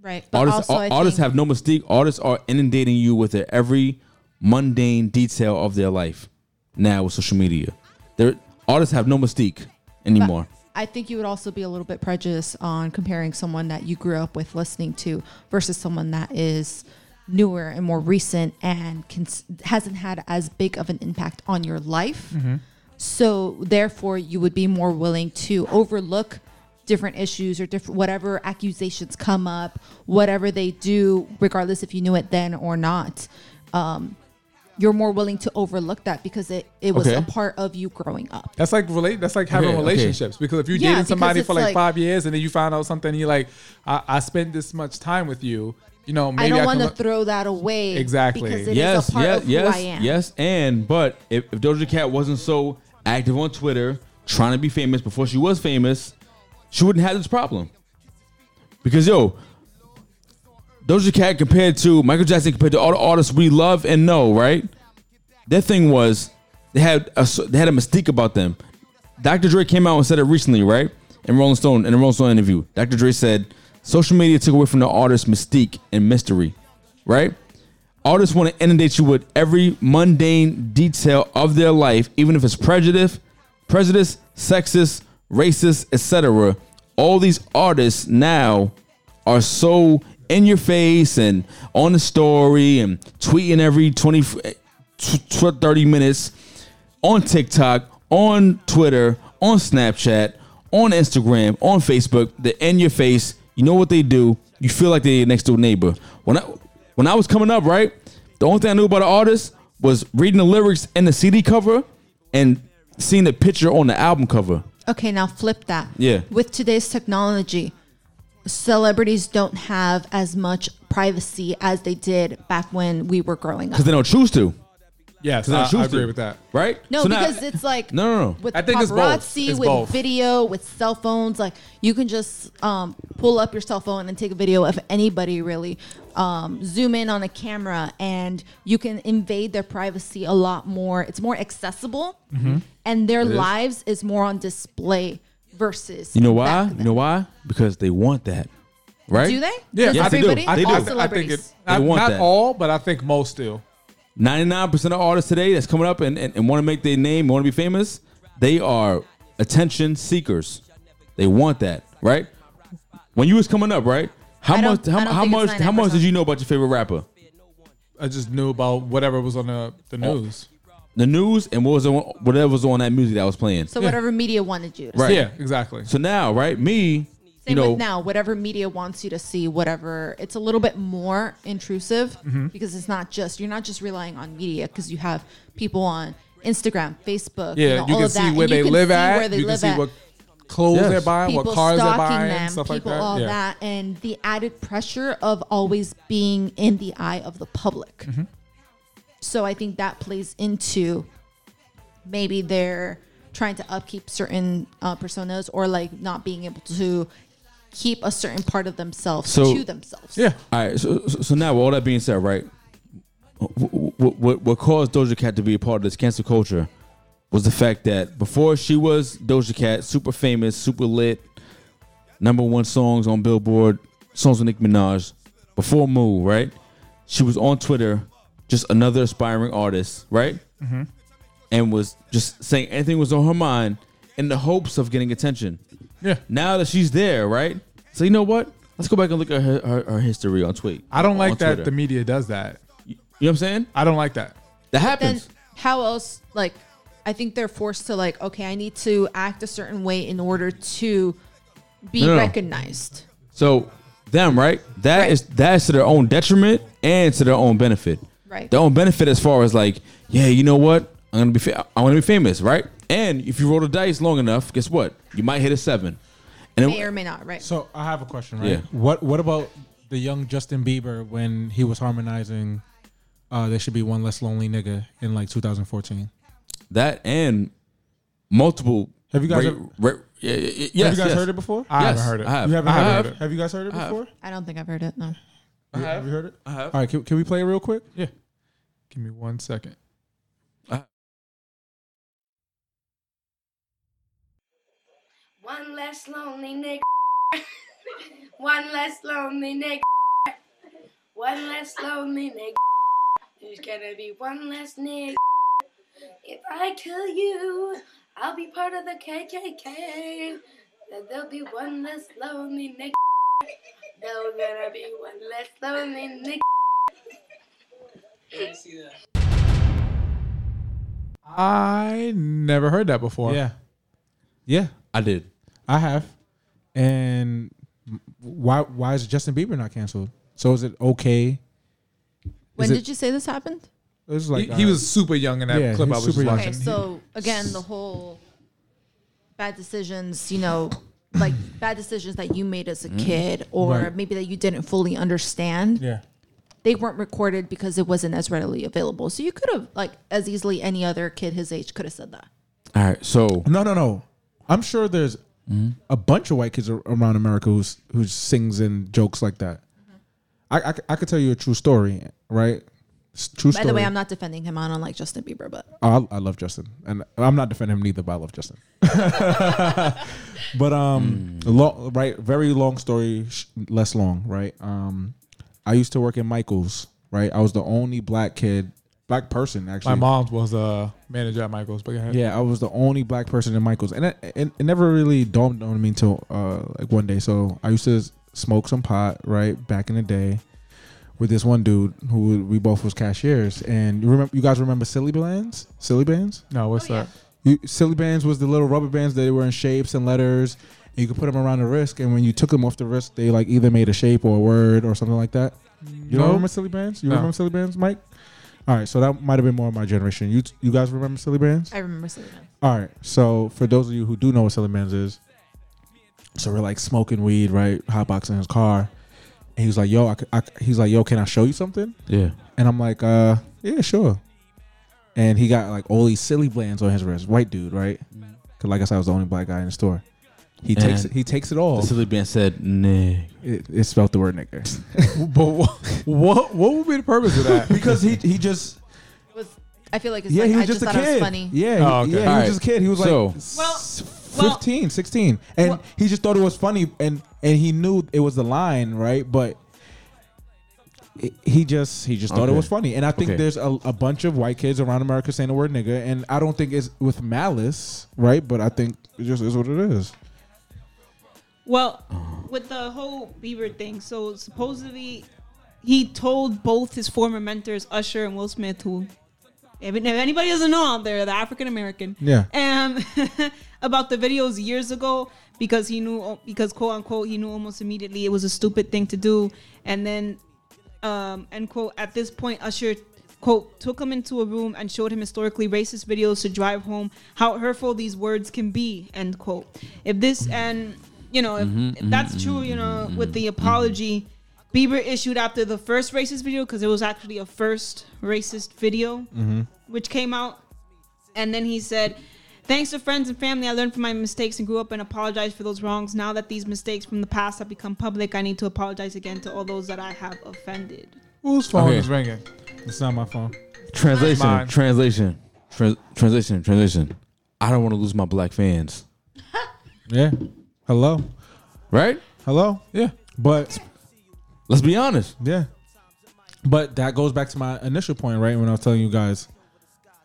G: Right. But
A: Artists,
G: also, I
A: ar- artists
G: think-
A: have no mystique. Artists are inundating you with their every mundane detail of their life. Now with social media, their artists have no mystique
G: but
A: anymore.
G: I think you would also be a little bit prejudiced on comparing someone that you grew up with listening to versus someone that is newer and more recent and can, hasn't had as big of an impact
A: Mm-hmm.
G: on your life. So therefore, you would be more willing to overlook different issues or different whatever accusations come up, whatever they do, regardless if you knew it then or not. Um, you're more willing to overlook that because it, it was
A: Okay.
G: a part of you growing up.
F: That's like relate. That's like having
A: Okay, okay.
F: relationships because if you're
G: Yeah,
F: dating
G: because
F: somebody
G: it's
F: for like,
G: like-
F: five years and then you find out something, you're like, I, I spent this much time with you. You know, maybe
G: I
F: I
G: don't want
F: can
G: to
F: le-
G: throw that away
F: Exactly.
G: because it is
A: yes,
G: a part
A: yes,
G: of who
A: yes,
G: I am.
A: yes. And but if, if Doja Cat wasn't so active on Twitter, trying to be famous before she was famous, she wouldn't have this problem. Because yo, Doja Cat compared to Michael Jackson, compared to all the artists we love and know, right? Their thing was they had a, s- they had a mystique about them. Dr. Dre came out and said it recently, right? In Rolling Stone, in a Rolling Stone interview, Dr. Dre said, "Social media took away from the artist's mystique and mystery, right? Artists want to inundate you with every mundane detail of their life, even if it's prejudice, prejudice, sexist, racist, etc. All these artists now are so in your face and on the story and tweeting every 20, f- tw- tw- 30 minutes on TikTok, on Twitter, on Snapchat, on Instagram, on Facebook. They're in your face. You know what they do. You feel like they're your next door neighbor. When I when I was coming up, right, the only thing I knew about an artist was reading the lyrics in the CD cover and seeing the picture on the album cover.
G: Okay, now flip that.
A: Yeah.
G: With today's technology, celebrities don't have as much privacy as they did back when we were growing up.
A: Because they don't choose to,
F: Yes,
A: they
F: I,
A: don't choose
F: I agree
A: to.
F: with that.
A: right?
G: No,
A: So now-
G: because it's like
A: No, no, no.
G: With
F: I think it's both.
G: paparazzi,
F: It's
G: with
F: both.
G: video, with cell phones, like you can just um, pull up your cell phone and take a video of anybody. Really, um, zoom in on a camera, and you can invade their privacy a lot more. It's more accessible,
F: Mm-hmm.
G: and their lives is more on display versus
A: you know
G: back
A: why?
G: then.
A: You know why? Because they want that, right?
G: Do they?
F: Yeah,
G: Does
A: Yes,
F: I think
G: everybody?
A: They do.
G: All
F: I, I think
G: celebrities.
F: it.
A: They
F: Not,
A: want
F: not
A: that.
F: all, but I think most do.
A: 99% of artists today that's coming up and, and, and want to make their name, want to be famous, they are attention seekers. They want that, right? When you was coming up, right? How
G: I
A: much
G: don't-
A: how,
G: I don't
A: how
G: think it's
A: much how much
G: 99%.
A: did you know about your favorite rapper?
F: I just knew about whatever was on the, the
A: Oh.
F: news.
A: The news and what was on whatever was on that music that was playing.
G: So whatever media wanted you to
A: Right.
G: see.
F: Yeah, exactly.
A: So now, right? Me,
G: Same
A: you know,
G: with now, whatever media wants you to see, whatever it's a little bit more intrusive
F: Mm-hmm.
G: because it's not just you're not just relying on media because you have people on Instagram, Facebook,
F: Yeah,
G: you, know,
F: you
G: all
F: can
G: of that.
F: see
G: and
F: where
G: you
F: they
G: can
F: live
G: see
F: at.
G: where they
F: you can
G: live
F: see
G: at.
F: what clothes
A: Yes.
F: they're buying,
G: people
F: what cars they're
G: stalking
F: buying,
G: them,
F: stuff like
G: people
F: that.
G: all
F: yeah.
G: that, and the added pressure of always being in the eye of the public.
F: Mm-hmm.
G: So I think that plays into maybe they're trying to upkeep certain uh, personas or like not being able to keep a certain part of themselves
A: So-
G: to themselves.
F: Yeah.
A: All right. So, so so now, with all that being said, right? What, what, what caused Doja Cat to be a part of this cancel culture was the fact that before she was Doja Cat, super famous, super lit, number one songs on Billboard, songs with Nicki Minaj, before Moo, right? She was on Twitter, just another aspiring artist, right? And was just saying anything was on her mind in the hopes of getting attention
F: Yeah.
A: now that she's there, right? So you know what? Let's go back and look at her, her, her history on tweet.
F: I don't like
A: on
F: that
A: Twitter.
F: the media does that.
A: you know what I'm saying?
F: I don't like that.
A: That
G: Then
A: happens.
G: how else like I think they're forced to like, okay, I need to act a certain way in order to be
A: No, no, no.
G: recognized.
A: so them, right? That
G: Right.
A: is that is to their own detriment and to their own benefit.
G: Right.
A: Their own benefit as far as like, yeah, you know what? I'm gonna be fa- I'm gonna be famous, right? And if you roll the dice long enough, guess what? You might hit a seven. And
G: May or may not, right?
E: So I have a question, right?
A: Yeah.
E: What What about the young Justin Bieber when he was harmonizing? Uh, there should be one less lonely nigga in like 2014.
A: that and multiple.
E: Have you guys
A: ra-
E: ever-
A: ra- yeah, yeah, yeah, yes,
E: have you guys
A: yes.
E: heard it before?
F: I
A: Yes,
F: haven't heard it.
A: I have.
E: you
A: I
E: haven't heard
A: have.
E: it. Have you guys heard it
A: have.
E: before?
G: I don't think I've heard it. No.
E: have. you heard it?
A: I have.
E: All right, can, can we play it real quick? Yeah.
F: Give me one second.
I: One less lonely nigga. One less lonely nigga. One less lonely nigga. There's gonna be one less nigga. If I kill you, I'll be part of the KKK. Then there'll be one less lonely nigga. There's gonna be one less lonely nigga.
F: I never heard that before.
E: Yeah. Yeah,
A: I did.
E: I have. And why why is Justin Bieber not canceled? So is it okay?
G: When
E: it-
G: did you say this happened?
E: It was like
F: he, he
E: uh,
F: was super young in that
E: Yeah,
F: clip
E: he
F: I
E: was
F: was
E: super
F: just
E: young.
F: watching.
G: Okay, so again, the whole bad decisions, you know, like bad decisions that you made as a kid or
E: Mm-hmm. Right.
G: maybe that you didn't fully understand,
E: yeah.
G: they weren't recorded because it wasn't as readily available. So you could have, like, as easily any other kid his age could have said that.
A: All right, so
E: No, no, no. I'm sure there's a bunch of white kids ar- around America who's who sings and jokes like that.
G: Mm-hmm.
E: I, I c- I could tell you a true story, right? It's a true
G: By
E: story.
G: the way, I'm not defending him. I don't like Justin Bieber, but
E: Oh, I, I love Justin, and I'm not defending him neither, but I love Justin. but um, long, right, very long story, sh- less long, right? Um, I used to work in Michaels, right? I was the only black kid, black person actually.
F: My mom was a manager at Michael's, but go ahead.
E: Yeah, I was the only black person in Michaels, and it, it, it never really dawned on me until uh, like one day. So I used to s- smoke some pot, right, back in the day, with this one dude who we both was cashiers, and you remember, you guys remember Silly Bands, Silly Bands.
F: No, what's
G: Oh,
A: Oh,
F: that?
E: You, silly bands was the little rubber bands that were in shapes and letters. And you could put them around the wrist, and when you took them off the wrist, they like either made a shape or a word or something like that. You
F: No.
E: don't remember silly bands? You
F: No.
E: remember silly bands, Mike? All right, so that might have been more of my generation. You you guys remember silly bands?
G: I remember saying that.
E: All right. So for those of you who do know what Selling Man's is, so we're like smoking weed, right? Hotboxing in his car, and he was like, "Yo," I, c- I c- he's like, "Yo, can I show you something?"
A: yeah,
E: And I'm like, "Uh, yeah, sure." And he got like all these silly bands on his wrist, white dude, right? Because like I said, I was the only black guy in the store. He takes
A: And-
E: it, he takes it all.
A: the silly band said, "Nah."
E: It, it spelled the word nigger
F: But what, what what would be the purpose of that?
E: because he he just
G: Was, I feel like it's
E: yeah
G: like
E: he was
G: I
E: just,
G: just,
E: a
G: thought
E: kid.
G: it was funny.
E: Yeah, he,
F: Oh, okay.
E: yeah, he
A: All
E: was
A: right.
E: just a kid. He was
A: So-
E: like s-
H: Well-
E: 15, 16. And
H: Well-
E: he just thought it was funny and and he knew it was the line, right? But it- he just he just thought it
A: Okay.
E: was funny. And I think
A: Okay.
E: there's a, a bunch of white kids around America saying the word nigga and I don't think it's with malice, right? But I think it just is what it is.
H: Well, with the whole Bieber thing, so supposedly he told both his former mentors, Usher and Will Smith, who, if if anybody doesn't know out there, the African American,
E: Yeah.
H: um, about the videos years ago because he knew, because quote unquote, he knew almost immediately it was a stupid thing to do, and then, um, end quote. At this point, Usher. Quote, took him into a room and showed him historically racist videos to drive home how hurtful these words can be, end quote. If this, and you know, if, if that's true, you know, with the apology Bieber issued after the first racist video, because it was actually a first racist video, which came out. And then he said, Thanks to friends and family, I learned from my mistakes and grew up and apologized for those wrongs. Now that these mistakes from the past have become public, I need to apologize again to all those that I have offended.
F: Whose phone
A: Okay.
F: is ringing?
E: It's not my phone.
A: Translation,
F: Mine.
A: translation, trans- translation, translation. I don't want to lose my black fans,
E: Yeah. Hello.
A: right?
E: Hello. Yeah. But
A: Let's be honest.
E: Yeah. But that goes back to my initial point, right? When I was telling you guys,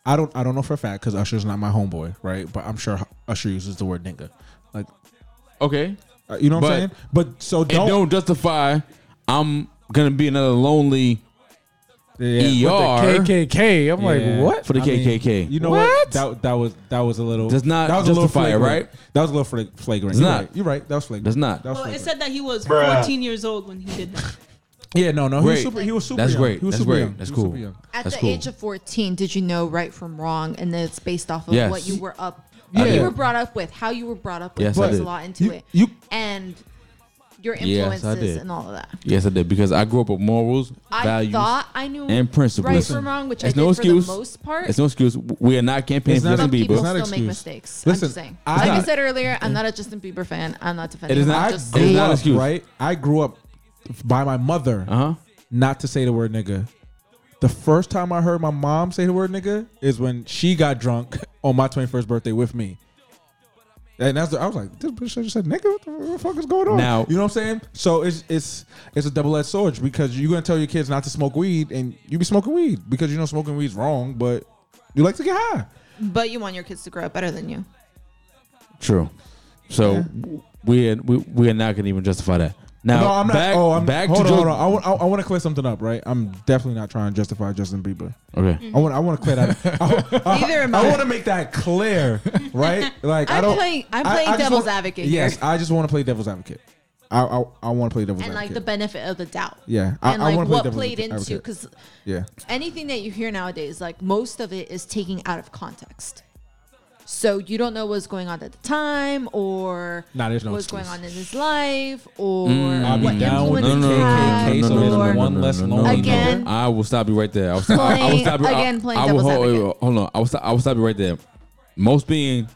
E: I don't I don't know for a fact because Usher's not my homeboy, right? But I'm sure Usher uses the word nigga. Like
A: Okay,
E: uh, you know what
A: But-
E: I'm saying? But so
A: it don't,
E: don't,
A: justify. I'm gonna be another lonely
E: Yeah.
A: ER
F: KKK. I'm
E: Yeah.
F: like, what?
A: for the
E: I mean,
A: KKK.
E: You know what? That that was that was a little
A: Does not
E: that was
A: justify it,
E: flagrant.
A: right?
E: That was a little fla- flagrant.
A: Does
E: You're
A: not.
E: right. You're right. That was flagrant.
A: Does not.
E: That was
H: Well, it
E: flagrant.
H: said that he was 14 years old when he did that.
E: yeah, no, no. He was
A: Great.
E: super. He was super.
A: That's
E: young.
A: great.
E: He was
A: That's
E: super
A: great.
E: young.
A: That's
E: He was super
A: cool.
E: young.
G: At
A: That's
G: the
A: cool.
G: age of 14, did you know right from wrong? And then it's based off of
A: Yes.
G: what you were up,
A: I
G: what
A: did.
G: you were brought up with, how you were brought up with,
A: Yes, I
G: plays
A: did.
G: a lot into
E: You-
G: it,
E: you-
G: and your
A: Yes,
G: influences
A: I did.
G: and all of that.
A: Yes, I did because I grew up with morals,
G: I
A: values,
G: thought I knew
A: and principles.
G: right
A: Listen,
G: from wrong, which I
A: it's
G: did
A: no excuse.
G: for the most part.
A: It's no excuse. We are not campaigning
E: It's
A: for
E: not
A: Justin
G: Some people
E: It's
A: Bieber.
E: not
G: still
E: excuse.
G: make mistakes. I'm
E: Listen,
G: just saying.
E: I-
G: like
E: I-
G: I said earlier, I'm not a Justin Bieber fan. I'm not defending.
A: It is
G: him.
A: not-
G: I'm
E: I
G: just
A: it is
E: grew
G: saying.
A: not an
E: up
A: excuse.
E: right. I grew up by my mother.
A: Uh huh.
E: not to say the word nigga. The first time I heard my mom say the word nigga is when she got drunk on my 21st birthday with me. And that's the, I was like, this bitch just said nigga, what the, what the fuck is going on?
A: Now-
E: you know what I'm saying? So it's it's it's a double edged sword because you're gonna tell your kids not to smoke weed and you be smoking weed because you know smoking weed's wrong, but you like to get high.
G: But you want your kids to grow up better than you.
A: True. So we, are, we we are not gonna even justify that. Now,
E: no, I'm not.
A: back,
E: oh, I'm
A: back
E: Hold
A: to
E: on,
A: Joe-
E: hold on. I want, I, I want to clear something up, right? I'm definitely not trying to justify Justin Bieber.
A: Okay.
E: I want, I want to clear that. I, Uh, I,
G: Neither am I.
E: want to make that clear, right? Like I
G: I'm
E: don't.
G: playing- I'm
E: I-
G: playing
E: I just
G: devil's
E: wanna-
G: advocate
E: Yes,
G: here.
E: I just want to play devil's advocate. I, I, I want to play devil's
G: and like
E: advocate.
G: the benefit of the doubt.
E: Yeah, I-
G: and
E: I
G: like
E: wanna play
G: what
E: devil's
G: played into
E: advocate.
G: because
E: yeah,
G: anything that you hear nowadays, like most of it is taking out of context. So you don't know what's going on at the time, or
E: Nah, there's no
G: what's
E: excuse.
G: going on in his life, or
J: I'll be
G: Mm. what
J: down with
G: influence
J: the
G: he had,
J: KKK, so there's
G: or
J: one less lonely
G: Again.
A: I will stop you right there. I will stop, I, I will
G: Playing-
A: stop you. I-
G: again, playing
A: I will,
G: devil's
A: hold,
G: advocate.
A: wait, wait, hold on. I will, stop, I will stop you right there. Most being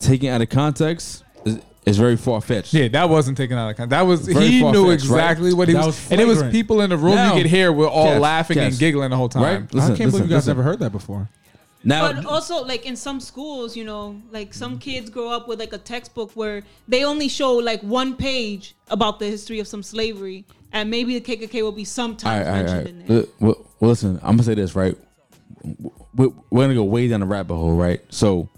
A: taken out of context is, is very far fetched.
F: Yeah, that wasn't taken out of account. That was
A: Very
F: he
A: far-fetched,
F: knew
A: right?
F: exactly what he
E: That
F: was,
E: was
F: and it was
E: flagrant.
F: people in the room
A: Now-
F: you could hear were all
A: Yes,
F: laughing
A: yes.
F: and giggling the whole time.
A: Right? Listen,
E: I can't
A: listen,
E: believe you guys
A: listen.
E: never heard that before.
A: Now,
H: But also, like in some schools, you know, like
A: Mm-hmm.
H: some kids grow up with like a textbook where they only show like one page about the history of some slavery, and maybe the KKK will be
A: all right,
H: sometimes
A: all right, all
H: mentioned
A: right.
H: in there.
A: Li- Well, well, listen, I'm gonna say this right. We're, we're gonna go way down the rabbit hole, right? So,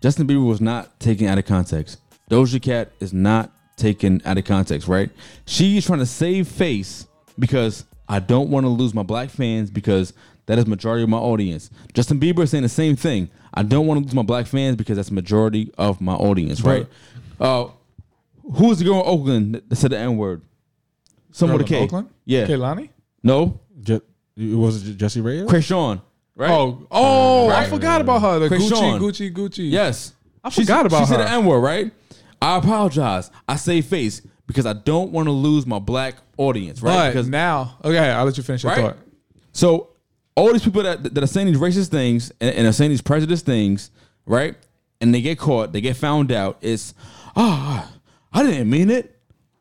A: Justin Bieber was not taken out of context. Doja Cat is not taken out of context, right? She's trying to save face because I don't want to lose my black fans because that is majority of my audience. Justin Bieber is saying the same thing. I don't want to lose my black fans because that's majority of my audience, right? Uh, who was the girl in Oakland that said the N word? Someone with a
F: Girl
A: K.
F: in Oakland?
A: Yeah.
F: Kehlani?
A: No,
E: Je- it was Jesse Reyes.
A: Krayshawn. Right?
F: Oh, oh, I forgot about her. The
A: Quick
F: Gucci,
A: Sean.
F: Gucci, Gucci.
A: yes. I
F: forgot about
A: She said
F: her.
A: the N word, right? I apologize. I say face because I don't want to lose my black audience, right?
F: But
A: Because
F: now, okay, I'll let you finish your
A: Right?
F: thought.
A: so all these people that that are saying these racist things and, and are saying these prejudiced things, right? And they get caught, they get found out. It's ah, I didn't mean it.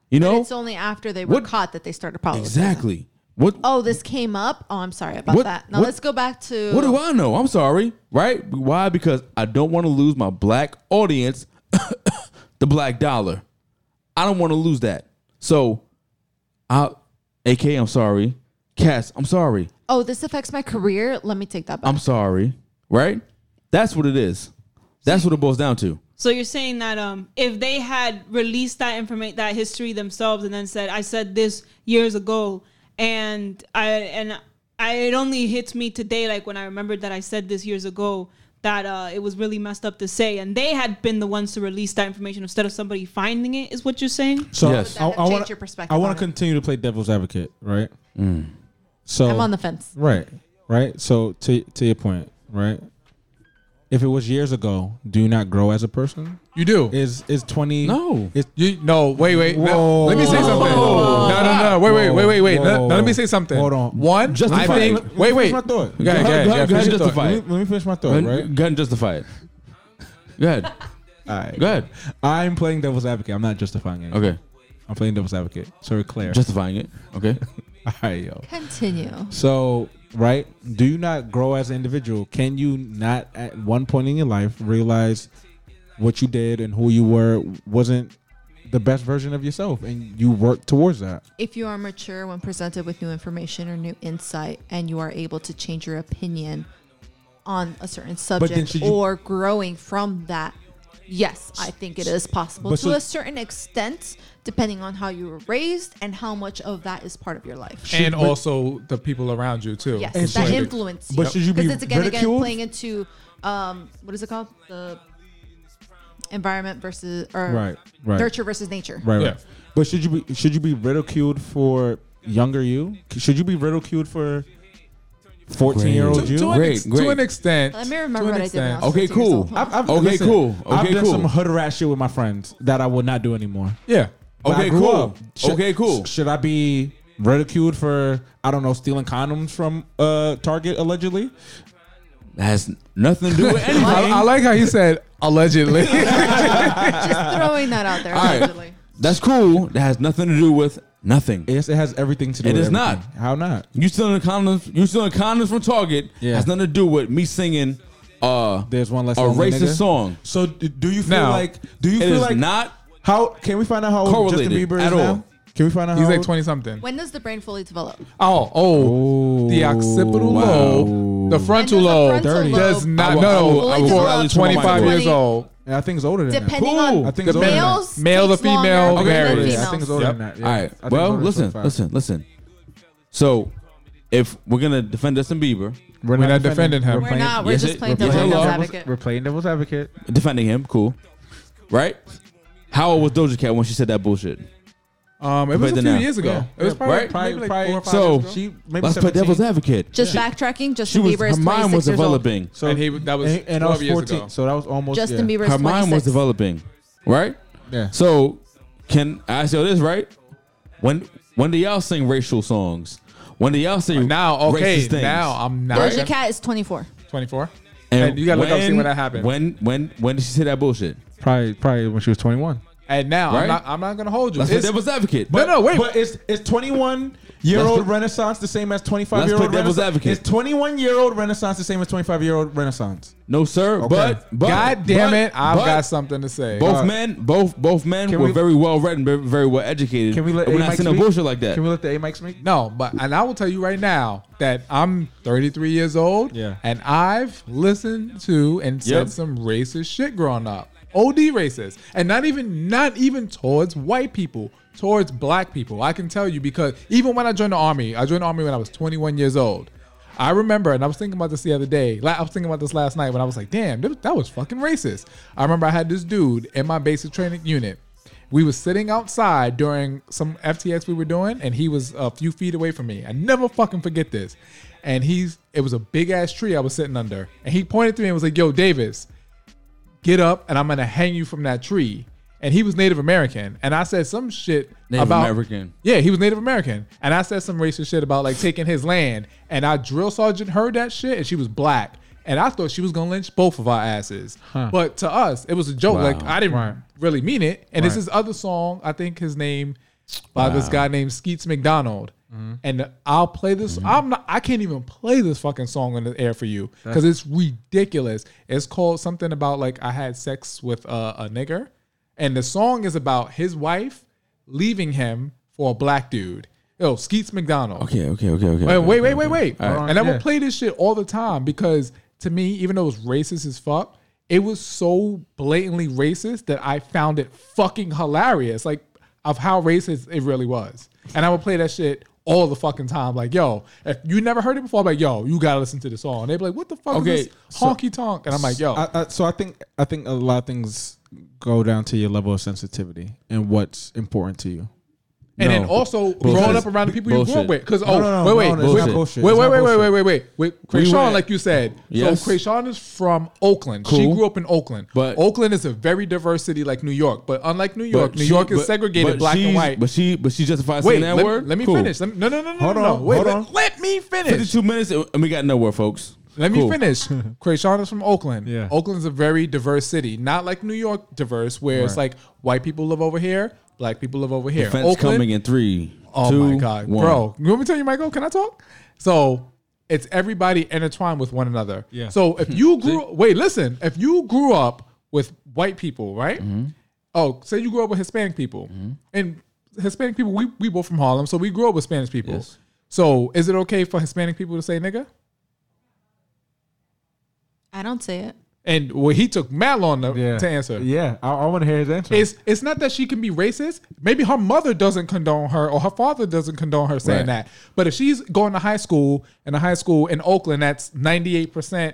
A: You
G: But
A: know
G: it's only after they were
A: What-
G: caught that they started apologizing.
A: exactly. What
G: Oh, this came up. Oh, I'm sorry about
A: What-
G: that. Now
A: what-
G: let's go back to
A: What do I know? I'm sorry, right? Why? Because I don't want to lose my black audience, the black dollar. I don't want to lose that. So, I, AK, I'm sorry. Cass, I'm sorry.
G: Oh, this affects my career. Let me take that back.
A: I'm sorry. Right? That's what it is. That's what it boils down to.
H: So you're saying that um, if they had released that information, that history themselves, and then said, "I said this years ago," and I and I, it only hits me today, like when I remembered that I said this years ago, that uh, it was really messed up to say, and they had been the ones to release that information instead of somebody finding it. Is what you're saying?
E: So
A: Yes.
E: I,
G: Would that have
E: want
G: changed your
E: to.
G: perspective
E: I
G: on
E: want
G: it?
E: to continue to play devil's advocate, right? So
G: I'm on the fence.
E: right, right. So to to your point, right? If it was years ago, do you not grow as a person?
F: You do.
E: Is is twenty?
A: No.
E: Is,
F: You no, wait, wait. no,
E: Whoa.
F: let me say something.
E: Whoa.
F: No, no, no. Uh, Wait, wait, wait, wait, wait.
E: Whoa.
F: No, no, let me say something.
E: Hold on.
F: One, I
A: Justify it.
F: think.
A: Let
E: me
F: Wait,
E: finish
F: wait.
E: my thought.
F: Go ahead,
A: Go
F: go
A: ahead,
F: ahead,
A: go
F: yeah,
A: ahead, go
F: finish
A: ahead,
F: your thought.
A: justify
E: Let me,
A: it.
E: let me finish my
A: Go
E: thought,
A: ahead,
E: right?
A: go ahead and justify it. Go ahead.
E: All right.
A: Go ahead.
E: I'm playing devil's advocate. I'm not justifying it.
A: Okay.
E: I'm playing devil's advocate. So we're clear.
A: Justifying it. Okay.
E: All right, yo.
G: Continue.
E: So, right? Do you not grow as an individual? Can you not at one point in your life realize what you did and who you were wasn't the best version of yourself and you work towards that?
G: If you are mature when presented with new information or new insight and you are able to change your opinion on a certain subject
E: should you-
G: or growing from that, yes, I think it is possible to
E: But so-
G: a certain extent, depending on how you were raised and how much of that is part of your life.
F: And also the people around you too.
G: Yes,
E: And
G: that
E: should-
G: influence you.
E: but should you be
G: it's again, again
E: ridiculed?
G: playing into um, what is it called? The environment versus or
E: Right, right.
G: nurture versus nature.
E: Right,
F: Yeah.
E: right. But should you be should you be ridiculed for younger you? Should you be ridiculed for 14-year-old
A: Great.
E: you?
F: To, an ex-
A: Great, great.
F: to an extent.
G: Let me
F: to
G: remember
F: an
G: what I did. When I
F: extent.
G: was
A: Okay,
G: 15 years
A: cool.
G: old. Hold
E: I've,
G: on.
E: I've,
A: Okay,
E: listen,
A: cool.
E: I've
A: Okay,
E: done
A: cool.
E: some hood rat shit with my friends that I will not do anymore.
F: Yeah.
E: But I
A: Okay,
E: grew
A: cool.
E: up. Should-
A: Okay, cool.
E: sh- Should I be ridiculed for I don't know stealing condoms from uh Target allegedly?
A: That has nothing to do with anything.
F: I, I like how you said allegedly.
G: Just throwing that out there.
A: All right.
G: allegedly.
A: That's cool. That has nothing to do with nothing.
E: Yes, it has everything to do.
A: It
E: with
A: is not.
E: everything. How not?
A: You stealing condoms? You stealing condoms from Target?
E: Yeah.
A: Has nothing to do with me singing. Uh,
E: There's one less
A: a
E: lonely
A: racist
E: nigga.
A: song.
E: So d- do you feel
F: Now,
E: like do you
A: It
E: feel
A: is
E: like
A: not.
E: how can we find out how old Justin
A: correlated
E: Bieber is
A: at
E: now?
A: all.
E: Can we find out
F: He's
E: how
F: like
E: old-
F: twenty something.
G: When does the brain fully develop?
F: Oh, oh, the occipital
E: wow.
F: lobe, the frontal lobe,
G: And does the frontal
E: Dirty.
G: lobe
F: does not
A: I will- I will-
F: no
A: I
G: fully
A: will-
F: no
A: I will
F: for
G: develop
A: let you know
F: twenty
A: my
F: five
A: score.
F: years old.
E: I think it's older than
G: Depending
E: that.
G: on
E: I think
G: the
E: it's older than that.
G: males,
F: Male to
G: takes longer
F: female
G: than
E: Yeah,
F: varies.
G: the
F: There it is.
E: yeah, I think it's
G: females.
E: older
F: Yep.
E: than that. yeah.
A: All
E: I
A: right.
E: think it's
A: Well,
E: older than
A: listen,
E: 25.
A: listen, listen. So, if we're gonna defend Justin Bieber,
F: We're not defending him.
E: We're
G: We're
E: playing-
G: not. We're
A: Yes,
G: just
A: it-
G: playing
A: we're
G: devil's
A: playing devil's-
G: advocate.
E: We're playing devil's advocate.
A: defending him, cool, right? How old was Doja Cat when she said that bullshit?
F: Um, it was a
A: But
F: few
A: then, uh,
F: years ago.
E: yeah.
F: It was
E: Yeah,
F: probably,
A: right?
F: probably, like
E: Probably-
F: four or five
A: so-
F: years ago.
E: She
A: Let's
E: maybe
A: play
E: 17.
A: devil's advocate.
G: Just
A: She-
G: backtracking.
A: she
G: Justin
A: was
G: Bieber is
A: her mind
G: 26
A: was
G: years old.
A: developing.
E: So
F: And he was- that was
E: and, and I
F: 12
E: was
F: years
E: 14.
F: ago.
E: So that was almost
G: Justin
E: yeah.
G: Bieber
A: Her
G: is
A: mind was
G: 26.
A: developing, right?
E: Yeah.
A: So, can I say this right? When when do y'all sing racial songs? When do y'all sing
F: Now, okay,
A: racist things?
F: now I'm not
G: Doja Cat is 24.
F: 24. And you gotta look up and see when that happened.
A: When when when did she say that bullshit?
E: Probably probably when she was 21.
F: And now
A: Right?
F: I'm not. I'm not gonna hold you.
A: Let's play
F: It's-
A: devil's advocate.
F: But no, wait.
E: But it's it's 21 year
A: Let's
E: old
A: put-
E: Renaissance the same as 25 year
A: Let's
E: old
A: put devil's
E: Renaissance.
A: advocate.
E: It's 21 year old Renaissance the same as 25 year old Renaissance.
A: no, sir. But, but
F: God damn
A: but-
F: it! I've
A: but
F: got something to say.
A: Both
E: Uh,
A: men, both both men
E: can
A: were
E: we-
A: very well read and very, very well educated.
E: Can we let
A: And we're
E: A
A: not
E: Mike
A: seeing no
E: speak?
A: bullshit like that.
E: Can we let the A Mike speak?
F: No, but and I will tell you right now that I'm 33 years old.
E: Yeah.
F: And I've listened to and said
A: Yep.
F: some racist shit growing up. OD racist. And not even not even towards white people, towards black people. I can tell you because even when I joined the army, I joined the army when I was 21 years old. I remember, and I was thinking about this the other day. la- I was thinking about this last night when I was like, damn, that was- that was fucking racist. I remember I had this dude in my basic training unit. We was sitting outside during some FTX we were doing, and he was a few feet away from me. I never fucking forget this. And he's it was a big ass tree I was sitting under, and he pointed to me and was like, "Yo, Davis, get up, and I'm gonna hang you from that tree." And he was Native American, and I said some shit
A: Native
F: about
A: American.
F: Yeah, he was Native American, and I said some racist shit about like taking his land. And our drill sergeant heard that shit, and she was black, and I thought she was gonna lynch both of our asses. But to us, it was a joke. Like
A: Wow.
F: I didn't
E: Right.
F: really mean it. And it's
E: Right.
F: this other song, I think his name by this guy named Skeets McDonald.
E: Mm-hmm.
F: And I'll play this. I'm not. I can't even play this fucking song in the air for you because it's ridiculous. It's called something about like I had sex with a, a nigger, and the song is about his wife leaving him for a black dude. Oh, Skeets McDonald.
A: Okay, okay, okay, okay.
F: Wait,
A: okay,
F: wait,
A: okay,
F: wait, wait, wait.
A: okay. All right.
F: And I will
E: Yeah.
F: play this shit all the time because to me, even though it was racist as fuck, it was so blatantly racist that I found it fucking hilarious, like of how racist it really was. And I would play that shit all the fucking time. Like, yo, if you never heard it before, I'm like, yo, you gotta listen to the song. They'd be like, what the fuck
A: Okay,
F: is this honky tonk? And I'm like, yo,
E: I, I, so I think I think a lot of things go down to your level of sensitivity and what's important to you.
F: and then
E: no.
F: also growing up around the people you grew up
A: Bullshit.
F: with. Because
E: No,
F: oh,
E: no, no, no,
F: wait,
E: no,
F: wait,
E: it's
F: wait,
E: not
F: wait,
E: bullshit.
F: wait,
E: It's
F: wait,
E: not
F: wait, wait,
E: bullshit.
F: wait, wait, wait, wait.
A: We
F: Krayshawn,
A: went-
F: like you said,
A: Yes.
F: so Krayshawn is from Oakland. She
A: Cool.
F: grew up in Oakland,
A: But-
F: Oakland is a very diverse city, like New York. But unlike New
A: But
F: York, New
A: she-
F: York is
A: but-
F: segregated,
A: but
F: black and
A: she's-
F: white.
A: But she but she justifies
F: wait,
A: saying that
F: let,
A: word.
F: let me
A: Cool.
F: finish. Let me, no, no, no, no,
E: Hold
F: no, no.
E: on,
F: Wait,
E: hold
F: let,
E: on.
F: let me finish.
A: Fifty-two minutes and we got nowhere, folks.
F: Let
A: Cool.
F: me finish. Krayshawn is from Oakland.
E: Yeah.
F: Oakland's a very diverse city, not like New York diverse, where it's
E: Right.
F: like white people live over here, black people live over here.
A: Defense coming in three.
F: Oh
A: two,
F: my god,
A: one.
F: bro! You want me to tell you, Michael? Can I talk? So it's everybody intertwined with one another.
E: Yeah.
F: So if you grew, wait, listen. If you grew up with white people, right? Oh, say you grew up with Hispanic people, and Hispanic people, we we both from Harlem, so we grew up with Spanish people.
A: Yes.
F: So is it okay for Hispanic people to say nigga?
G: I don't say it.
F: And well, he took mad long to, to answer.
E: Yeah, I, I want to hear his answer.
F: It's it's not that she can be racist. Maybe her mother doesn't condone her or her father doesn't condone her saying
A: Right.
F: that. But if she's going to high school and a high school in Oakland, that's 98%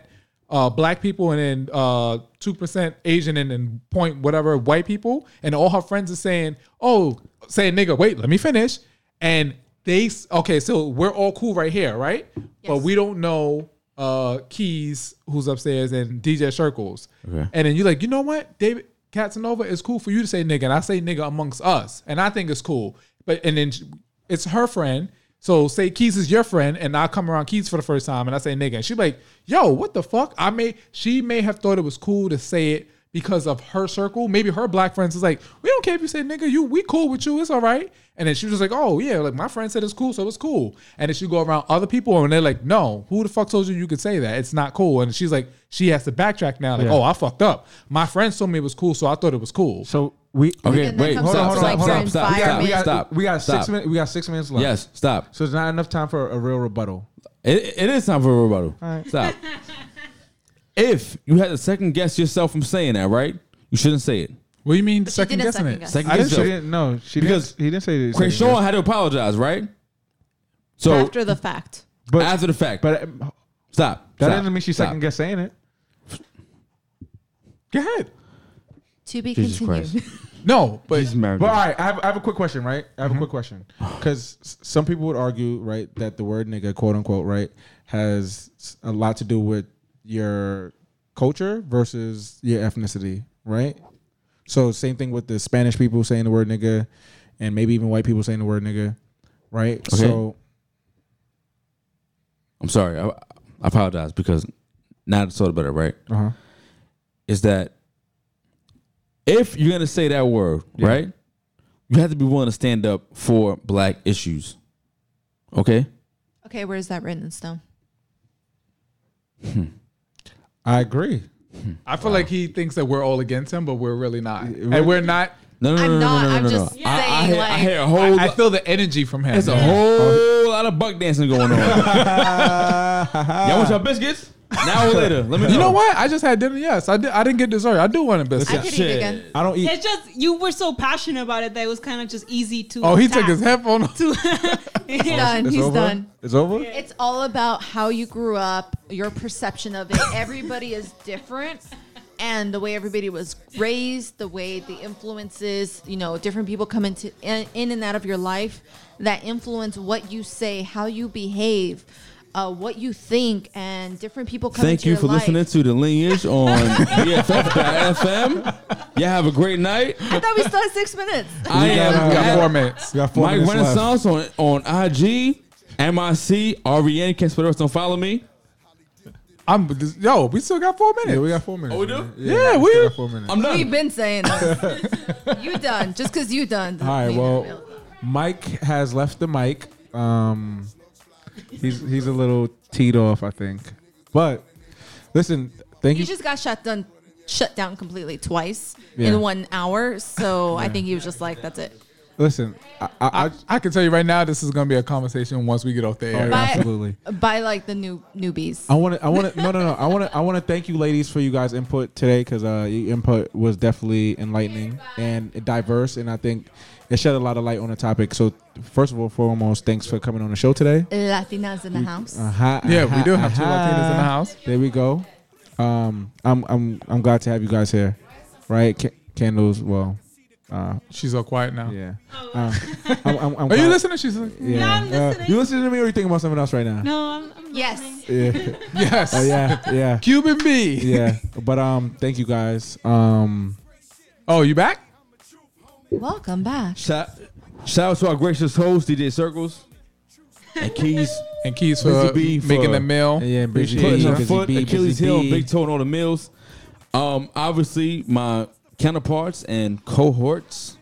F: uh, black people and then uh, 2% Asian and then point whatever white people. And all her friends are saying, oh, saying nigga, wait, let me finish. And they, s- okay, so we're all cool right here, right? But
G: Yes.
F: we don't know uh, Keys, who's upstairs, and DJ Circles.
A: Okay.
F: And then you're like, you know what, David Katzenova, it's cool for you to say nigga, and I say nigga amongst us, and I think it's cool. But and then sh- it's her friend, so say Keys is your friend, and I come around Keys for the first time, and I say nigga, and she's like, yo, what the fuck? I may she may have thought it was cool to say it because of her circle. Maybe her black friends is like, we don't care if you say nigga, you we cool with you, it's all right. And then she was just like, oh yeah, like my friend said it's cool, so it's cool. And then she go around other people, and they're like, no, who the fuck told you you could say that? It's not cool. And she's like, she has to backtrack now, like,
E: Yeah.
F: oh, I fucked up. My friend told me it was cool, so I thought it was cool.
E: so we
A: Okay,
G: And then
A: wait.
G: comes
A: Hold
G: up
A: on, hold
G: to,
A: on,
G: like,
A: hold
G: your
A: on. Stop, stop,
G: environment.
E: we got,
A: stop.
E: we got
A: stop.
E: six minutes. We got six minutes left.
A: Yes, stop.
E: So it's not enough time for a real rebuttal.
A: It, it is time for a rebuttal. Stop. if you had to second guess yourself from saying that, right? You shouldn't say it.
F: What do you mean
G: she
F: second
G: didn't
F: guessing
G: second
F: it?
G: guess.
A: Second
E: I didn't.
A: guess
E: She
A: yourself.
E: didn't. No, she
A: Because
E: didn't. He didn't say this.
A: Craig Sean had to apologize, right? So after,
G: after the fact.
E: but
A: the fact,
E: but um, that
A: stop. stop,
E: doesn't mean she
A: stop. Mm-hmm.
E: second guess saying it.
F: Go ahead.
G: To be
A: Jesus
G: continued.
F: No, but
A: He's married.
E: But all right, I have, I have a quick question, right? I have a
A: Mm-hmm.
E: quick question because some people would argue, right, that the word nigga, quote unquote, right, has s- a lot to do with your culture versus your ethnicity, right? So same thing with the Spanish people saying the word nigga, and maybe even white people saying the word nigga, right?
A: Okay.
E: So
A: I'm sorry. I, I apologize because now it's sort of better, right?
E: uh-huh.
A: Is that if you're gonna say that word, right? You have to be willing to stand up for black issues. Okay.
G: Okay, where is that written in stone?
E: I agree.
F: I feel like he thinks that we're all against him, but we're really not, and we're not.
A: No, no, no, no,
G: I'm not,
A: no, no,
G: I'm
A: no,
G: just
A: no. I, I,
G: saying,
A: hear, I
G: like-
A: hear a whole.
F: I feel the energy from him.
A: it's a whole lot of buck dancing going on. y'all want your biscuits? An hour later, let me know.
F: you know what? I just had dinner. Yes, I did. I didn't get dessert. I do want a biscuit.
G: I could eat again.
E: I don't eat.
H: It's just you were so passionate about it that it was kind of just easy to.
F: Oh, he took
H: attack.
F: his headphone. off.
H: Yeah.
G: done.
E: It's
G: He's
E: over.
G: done.
E: It's over.
G: It's all about how you grew up, your perception of it. Everybody is different. And the way everybody was raised, the way the influences, you know, different people come into in, in and out of your life that influence what you say, how you behave, uh, what you think, and different people come
A: Thank
G: into
A: you
G: your
A: for
G: life.
A: listening to the lineage on BFF.FM. Y'all have a great night.
G: I thought we still had six minutes.
A: I
E: We got,
A: am
E: uh,
F: We got
A: at
F: four minutes.
E: We got four
A: Mike
E: minutes left.
A: Renaissance on, on IG, MIC, REN. E Can't spell the rest. Don't follow me.
F: I'm yo. We still got four minutes.
E: Yeah, we got four minutes.
A: Oh, we do?
E: man.
F: Yeah, we- Um,
E: still got four minutes.
A: I'm
G: We've
A: done.
G: been saying this. you done. Just because you done. doesn't
E: All right.
G: mean I
E: Well,
G: will.
E: Mike has left the mic. Um, he's he's a little teed off, I think. But listen, thank
G: He
E: you.
G: just got shut down, shut down completely twice
E: Yeah.
G: in one hour. So I think he was just like, "That's it."
E: listen, I, I, I,
F: I, I can tell you right now, this is gonna be a conversation once we get off the air.
G: Bye.
E: absolutely.
G: By like the new newbies.
E: I want to. I want to. No, no, no. I want to. I want to thank you, ladies, for you guys' input today because uh, your input was definitely enlightening and diverse, and I think it shed a lot of light on the topic. So, first of all, foremost, thanks for coming on the show today.
G: Latinas in the house.
E: Aha,
F: Yeah,
E: aha,
F: we do have two
E: aha.
F: Latinas in the house.
E: There we go. Um, I'm I'm I'm glad to have you guys here, right? Ca- candles. Well, uh,
F: She's all quiet now.
E: yeah. Uh, I'm, I'm, I'm
F: Are you
E: glad-
F: listening? She's like,
H: Yeah, I'm
E: Uh,
H: listening.
E: you listening to me, or you thinking about something else right now?
H: No, I'm, I'm
G: yes.
E: Yeah.
F: yes.
E: Oh yeah. Yeah.
F: Cuban B.
E: Yeah. But um, thank you guys. Um,
F: Oh, you back?
G: Welcome back.
A: Shout, shout out to our gracious host, DJ Circles. And Keys
F: And Keys for
A: Busy B
F: making
A: for-
F: the meal.
E: yeah. Busy,
A: putting her
E: busy
A: foot,
E: bee,
A: Achilles
E: busy
A: heel,
E: bee.
A: big toe on all the meals. Um, obviously, my counterparts and cohorts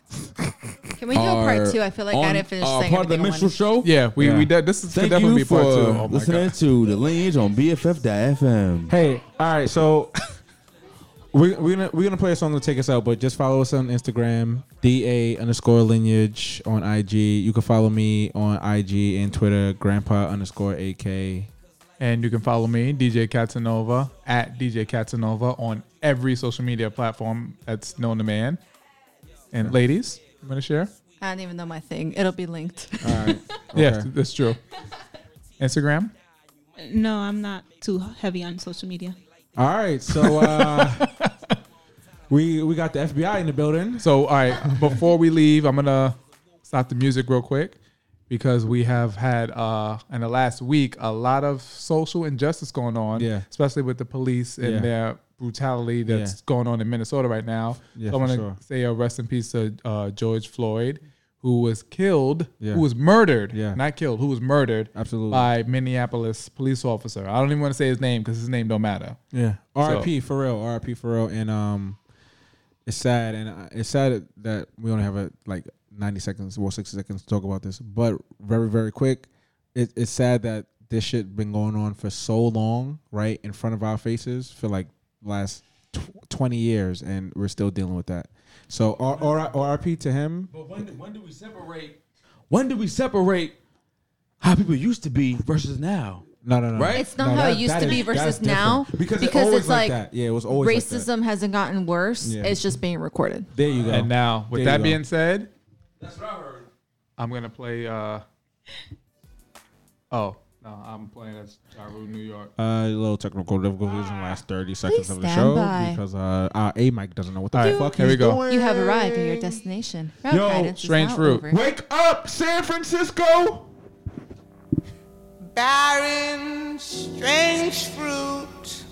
G: Can we do a
A: are
G: part two? I feel like I
A: on-
G: didn't finish
A: are
G: saying
A: part of the
G: everything I
A: minstrel
G: wanted.
A: show.
F: Yeah, we,
E: Yeah.
F: we did. This is could
A: Thank
F: definitely
A: you
F: be part
A: for
F: two. Oh my
A: listening
F: god.
A: to the lineage on BFF.FM.
E: Hey, all right, so we we're gonna we're gonna play a song to take us out, but just follow us on Instagram, da underscore lineage on IG. You can follow me on IG and Twitter, grandpa underscore AK.
F: And you can follow me, DJ Catanova, at DJ Catanova on every social media platform that's known to man. And ladies, you want to share?
G: I don't even know my thing. It'll be linked.
E: All right.
F: Yes,
E: Okay.
F: that's true. Instagram.
H: No, I'm not too heavy on social media.
E: All right, so uh we we got the FBI in the building.
F: So, all right, before we leave, I'm gonna stop the music real quick because we have had uh in the last week a lot of social injustice going on,
E: Yeah.
F: especially with the police and
E: Yeah.
F: their brutality that's
E: Yeah.
F: going on in Minnesota right now.
E: Yeah,
F: so I
E: for
F: want to
E: sure.
F: say a rest in peace to uh, George Floyd, who was killed,
E: Yeah.
F: who was murdered,
E: Yeah.
F: not killed, who was murdered
E: Absolutely.
F: by Minneapolis police officer. I don't even want to say his name because his name don't matter.
E: Yeah. RIP for real. RIP for real. And um, it's sad, and I- it's sad that we only have a, like ninety seconds or sixty seconds to talk about this, but very very quick. It, it's sad that this shit been going on for so long, right, in front of our faces for like last tw- twenty years, and we're still dealing with that. So R- R- RIP to him.
A: But when, when do we separate? When do we separate how people used to be versus now?
E: No, no, no.
A: Right?
G: It's not
E: No,
G: how
E: that-
G: it used
E: that
G: to
E: is-
G: be
E: that's
G: versus
E: different.
G: now
E: Because,
G: because
E: it's always
G: it's
E: like,
G: like
E: that. Yeah, it was always like that.
G: racism hasn't gotten worse.
E: Yeah.
G: It's just being recorded.
E: There you go.
F: And now,
E: There you
F: with that
E: go.
F: being said, that's what I heard. I'm gonna play. uh Oh no, I'm playing as Jaru New York.
E: uh, a little technical difficulties in the last thirty seconds
G: Please
E: of the
G: stand
E: show
G: by.
E: because uh, our A mic doesn't know what the
F: All right,
E: fuck
F: here
E: he's
F: we go.
E: doing.
G: You have arrived at your destination. Route
E: Yo,
G: guidance is
F: strange
G: now
F: route.
G: over.
E: Wake up, San Francisco!
J: barren, strange fruit.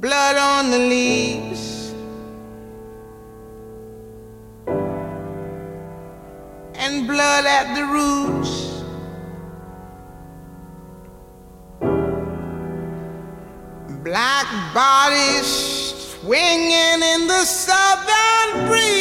J: Blood on the leaves. And blood at the roots. Black bodies swinging in the southern breeze.